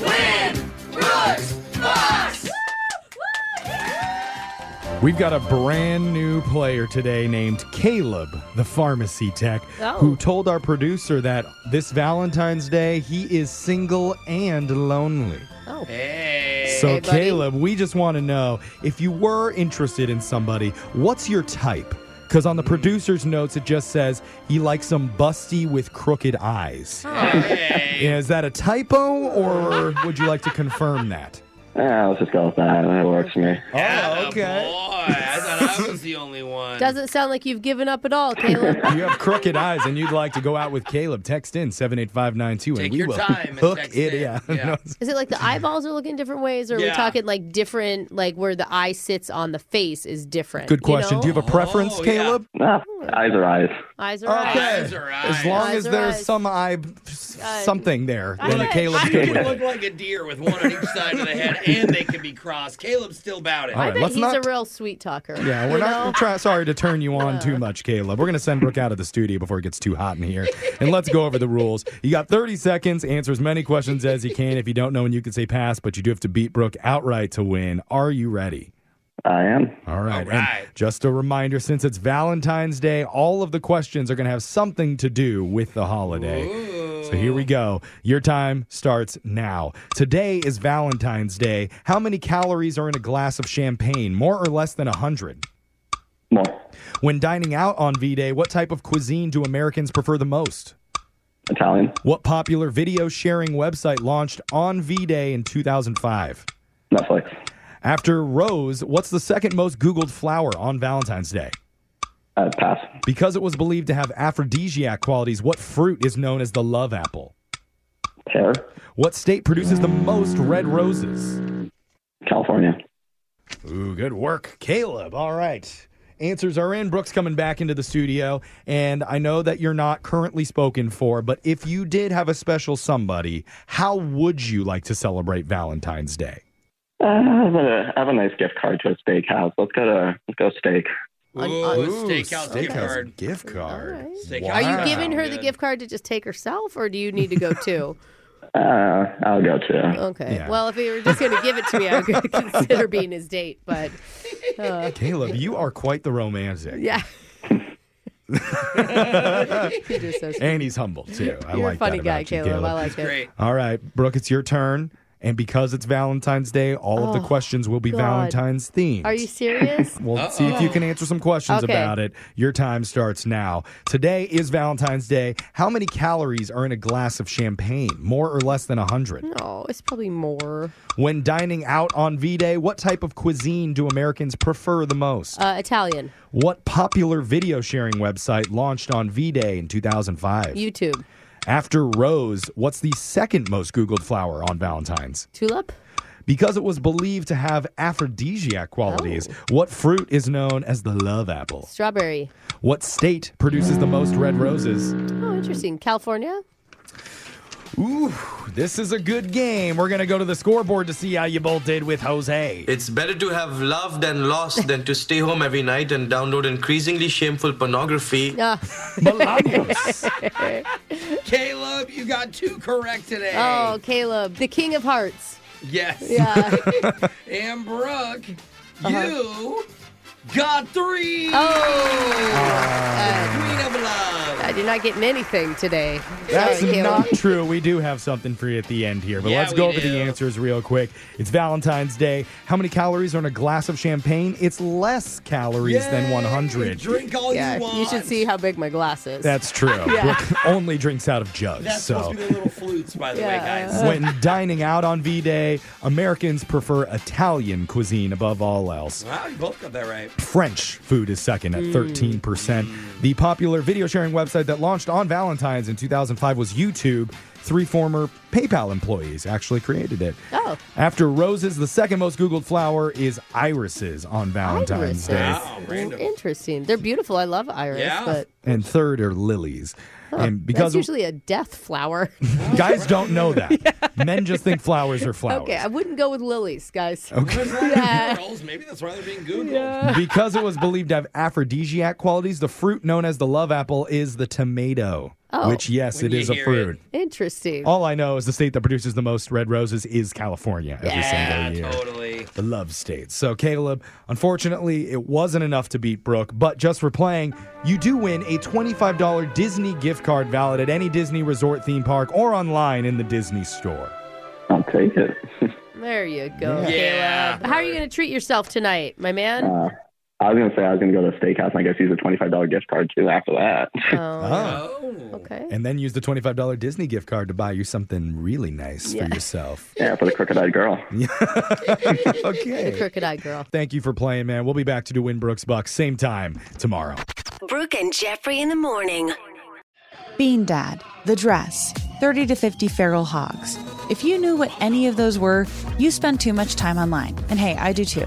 S9: Win Brooks Fox.
S5: We've got a brand new player today named Caleb, the pharmacy tech,
S32: Oh.
S5: who told our producer that this Valentine's Day he is single and lonely.
S3: Oh.
S28: Hey.
S5: So, Caleb, we just want to know if you were interested in somebody, what's your type? Because on the producer's notes, it just says he likes some busty with crooked eyes. Is that a typo, or would you like to confirm that?
S6: Yeah, let's just go with that. That works for me.
S5: Oh, okay.
S3: Doesn't sound like you've given up at all, Caleb.
S5: you have crooked eyes and you'd like to go out with Caleb, text in 78592 and we
S3: your
S5: will
S3: time and
S5: hook
S3: text
S5: it.
S3: in.
S5: Yeah.
S3: Yeah. Is it like the eyeballs are looking different ways, or we are we
S5: Yeah.
S3: talking like different, like where the eye sits on the face is different?
S5: Good question.
S3: You
S5: Do you have a preference,
S3: Oh,
S5: Caleb?
S6: Nah, Ah, eyes are eyes.
S3: know? Eyes are
S5: Okay.
S3: eyes.
S5: As long
S3: Eyes
S5: as
S3: are
S5: there's
S3: eyes.
S5: some eye something there,
S28: I
S5: then
S28: like-
S5: Caleb's
S28: I
S5: good
S28: can
S5: with
S28: look
S5: it.
S28: like a deer with one on each side of the head, and they can be crossed. Caleb's still about it.
S5: All right, I bet let's
S3: He's
S5: not-
S3: a real sweet talker.
S5: Yeah, we're
S3: you
S5: not
S3: know?
S5: try, sorry to turn you on too much, Caleb. We're going to send Brooke out of the studio before it gets too hot in here. And let's go over the rules. You got 30 seconds, answer as many questions as you can. If you don't know, and you can say pass, but you do have to beat Brooke outright to win. Are you ready?
S6: I am.
S5: All right. And just a reminder since it's Valentine's Day, all of the questions are going to have something to do with the holiday. So here we go. Your time starts now. Today is Valentine's Day. How many calories are in a glass of champagne? More or less than 100?
S6: More.
S5: When dining out on V Day, what type of cuisine do Americans prefer the most?
S6: Italian.
S5: What popular video sharing website launched on V Day in 2005?
S6: Netflix.
S5: After rose, what's the second most Googled flower on Valentine's Day?
S6: Uh, pass.
S5: Because it was believed to have aphrodisiac qualities, what fruit is known as the love apple?
S6: Pear.
S5: What state produces the most red roses?
S6: California.
S5: Ooh, good work, Caleb. All right. Answers are in. Brooks coming back into the studio. And I know that you're not currently spoken for, but if you did have a special somebody, how would you like to celebrate Valentine's Day?
S6: Uh, I have, a, I have a nice gift card to a steakhouse. Let's go to let's go steak.
S28: Ooh, a steakhouse, gift card.
S5: Gift card.
S28: Steakhouse
S6: Wow.
S3: Are you giving her the
S6: Good.
S3: gift card to just take herself, or do you need to go too?
S6: Uh, I'll go to.
S3: Okay. Well, if you were just going to give it to me, I would consider being his date. But uh,
S5: Caleb, you are quite the romantic.
S3: yeah, You're so sweet.
S5: and he's humble too. I
S3: You're a
S5: like
S3: funny
S5: that
S3: guy,
S5: about you,
S3: Caleb. I like it. Great.
S5: All right, Brooke, it's your turn. And because it's Valentine's Day, all of the
S3: Oh,
S5: questions will be
S3: God.
S5: Valentine's themed.
S3: Are you serious?
S5: We'll see if you can answer some questions
S3: Okay.
S5: about it. Your time starts now. Today is Valentine's Day. How many calories are in a glass of champagne? More or less than 100?
S3: No, it's probably more.
S5: When dining out on V Day, what type of cuisine do Americans prefer the most?
S3: Uh, Italian,
S5: What popular video sharing website launched on V Day in 2005?
S3: YouTube,
S5: After rose, what's the second most Googled flower on Valentine's?
S3: tulip,
S5: Because it was believed to have aphrodisiac qualities,
S3: Oh.
S5: what fruit is known as the love apple?
S3: strawberry.
S5: What state produces the most red roses?
S3: Oh, interesting. California.
S5: Ooh, this is a good game. We're going to go to the scoreboard to see how you both did with Jose.
S7: It's better to have loved and lost than to stay home every night and download increasingly shameful pornography.
S3: Ah.
S28: Caleb, you got two correct today.
S3: oh, Caleb, the king of hearts.
S28: Yes.
S3: Yeah.
S28: and Brooke,
S3: Uh-huh.
S28: you got three.
S3: Oh.
S28: Uh,
S3: Uh,
S28: Queen of love.
S3: I did not get anything today.
S5: That's
S3: Sorry, Caleb.
S5: not true. We do have something for you at the end here, but
S3: Yeah,
S5: let's go
S3: we
S5: over the
S3: do.
S5: answers real quick. It's Valentine's Day. How many calories are in a glass of champagne? It's less calories than 100.
S28: Drink all
S3: yeah,
S28: you want.
S3: You should see how big my glass is.
S5: That's true.
S3: Yeah.
S5: Brooke only drinks out of jugs.
S28: That's
S5: so.
S28: supposed to be the little flutes, by the way, guys.
S5: when dining out on V Day, Americans prefer Italian cuisine above all else.
S28: Wow, you both got that right.
S5: French food is second at
S3: Hmm.
S28: Mm.
S5: 13%. The popular video sharing website that launched on Valentine's in 2005 was YouTube. Three former PayPal employees actually created it.
S3: Oh.
S5: After roses, the second most Googled flower is irises on Valentine's Day.
S3: Wow, Mm, interesting. They're beautiful. I love iris, but
S5: And third are lilies. and because
S3: that's usually a death flower.
S5: guys don't know that, men just think flowers are flowers.
S3: Okay, I wouldn't go with lilies, guys.
S5: Okay.
S3: Yeah.
S28: Girls, maybe that's why they're being Googled.
S5: because it was believed to have aphrodisiac qualities, the fruit known as the love apple is the tomato,
S3: Oh.
S5: which, yes,
S3: When
S5: it
S3: you
S5: is a
S3: hear it.
S5: fruit. Oh.
S3: Interesting.
S5: All I know is the state that produces the most red roses is California every
S3: Yeah,
S5: single year.
S28: Totally.
S5: The love states. So, Caleb, unfortunately, it wasn't enough to beat Brooke, but just for playing, you do win a $25 Disney gift card valid at any Disney resort theme park or online in the Disney store.
S29: I'll take it.
S3: There you go,
S29: Yeah.
S3: Caleb. How are you going to treat yourself tonight, my man?
S29: Uh, I was gonna say I was gonna go to a steakhouse and I guess use a twenty five dollar gift card too after that.
S5: Oh.
S3: okay.
S5: And then use the $25 Disney gift card to buy you something really nice
S3: Yeah.
S5: for yourself.
S29: Yeah, for the crooked eyed girl.
S5: okay.
S3: The crooked eye girl.
S5: Thank you for playing, man. We'll be back to do Win Brooks Bucks same time tomorrow.
S9: Brooke and Jeffrey in the morning.
S20: Bean Dad, The Dress, 30 to 50 Feral Hogs. If you knew what any of those were, you spend too much time online. And hey, I do too.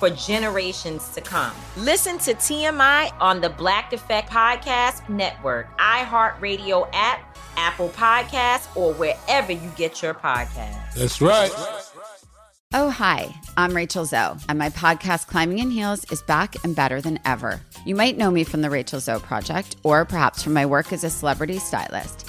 S1: for generations to come. Listen to TMI on the Black Effect Podcast Network, iHeartRadio app, Apple Podcasts, or wherever you get your podcasts.
S33: That's right.
S32: Oh, hi. I'm Rachel Zoe, and my podcast, Climbing in Heels, is back and better than ever. You might know me from the Rachel Zoe Project, or perhaps from my work as a celebrity stylist.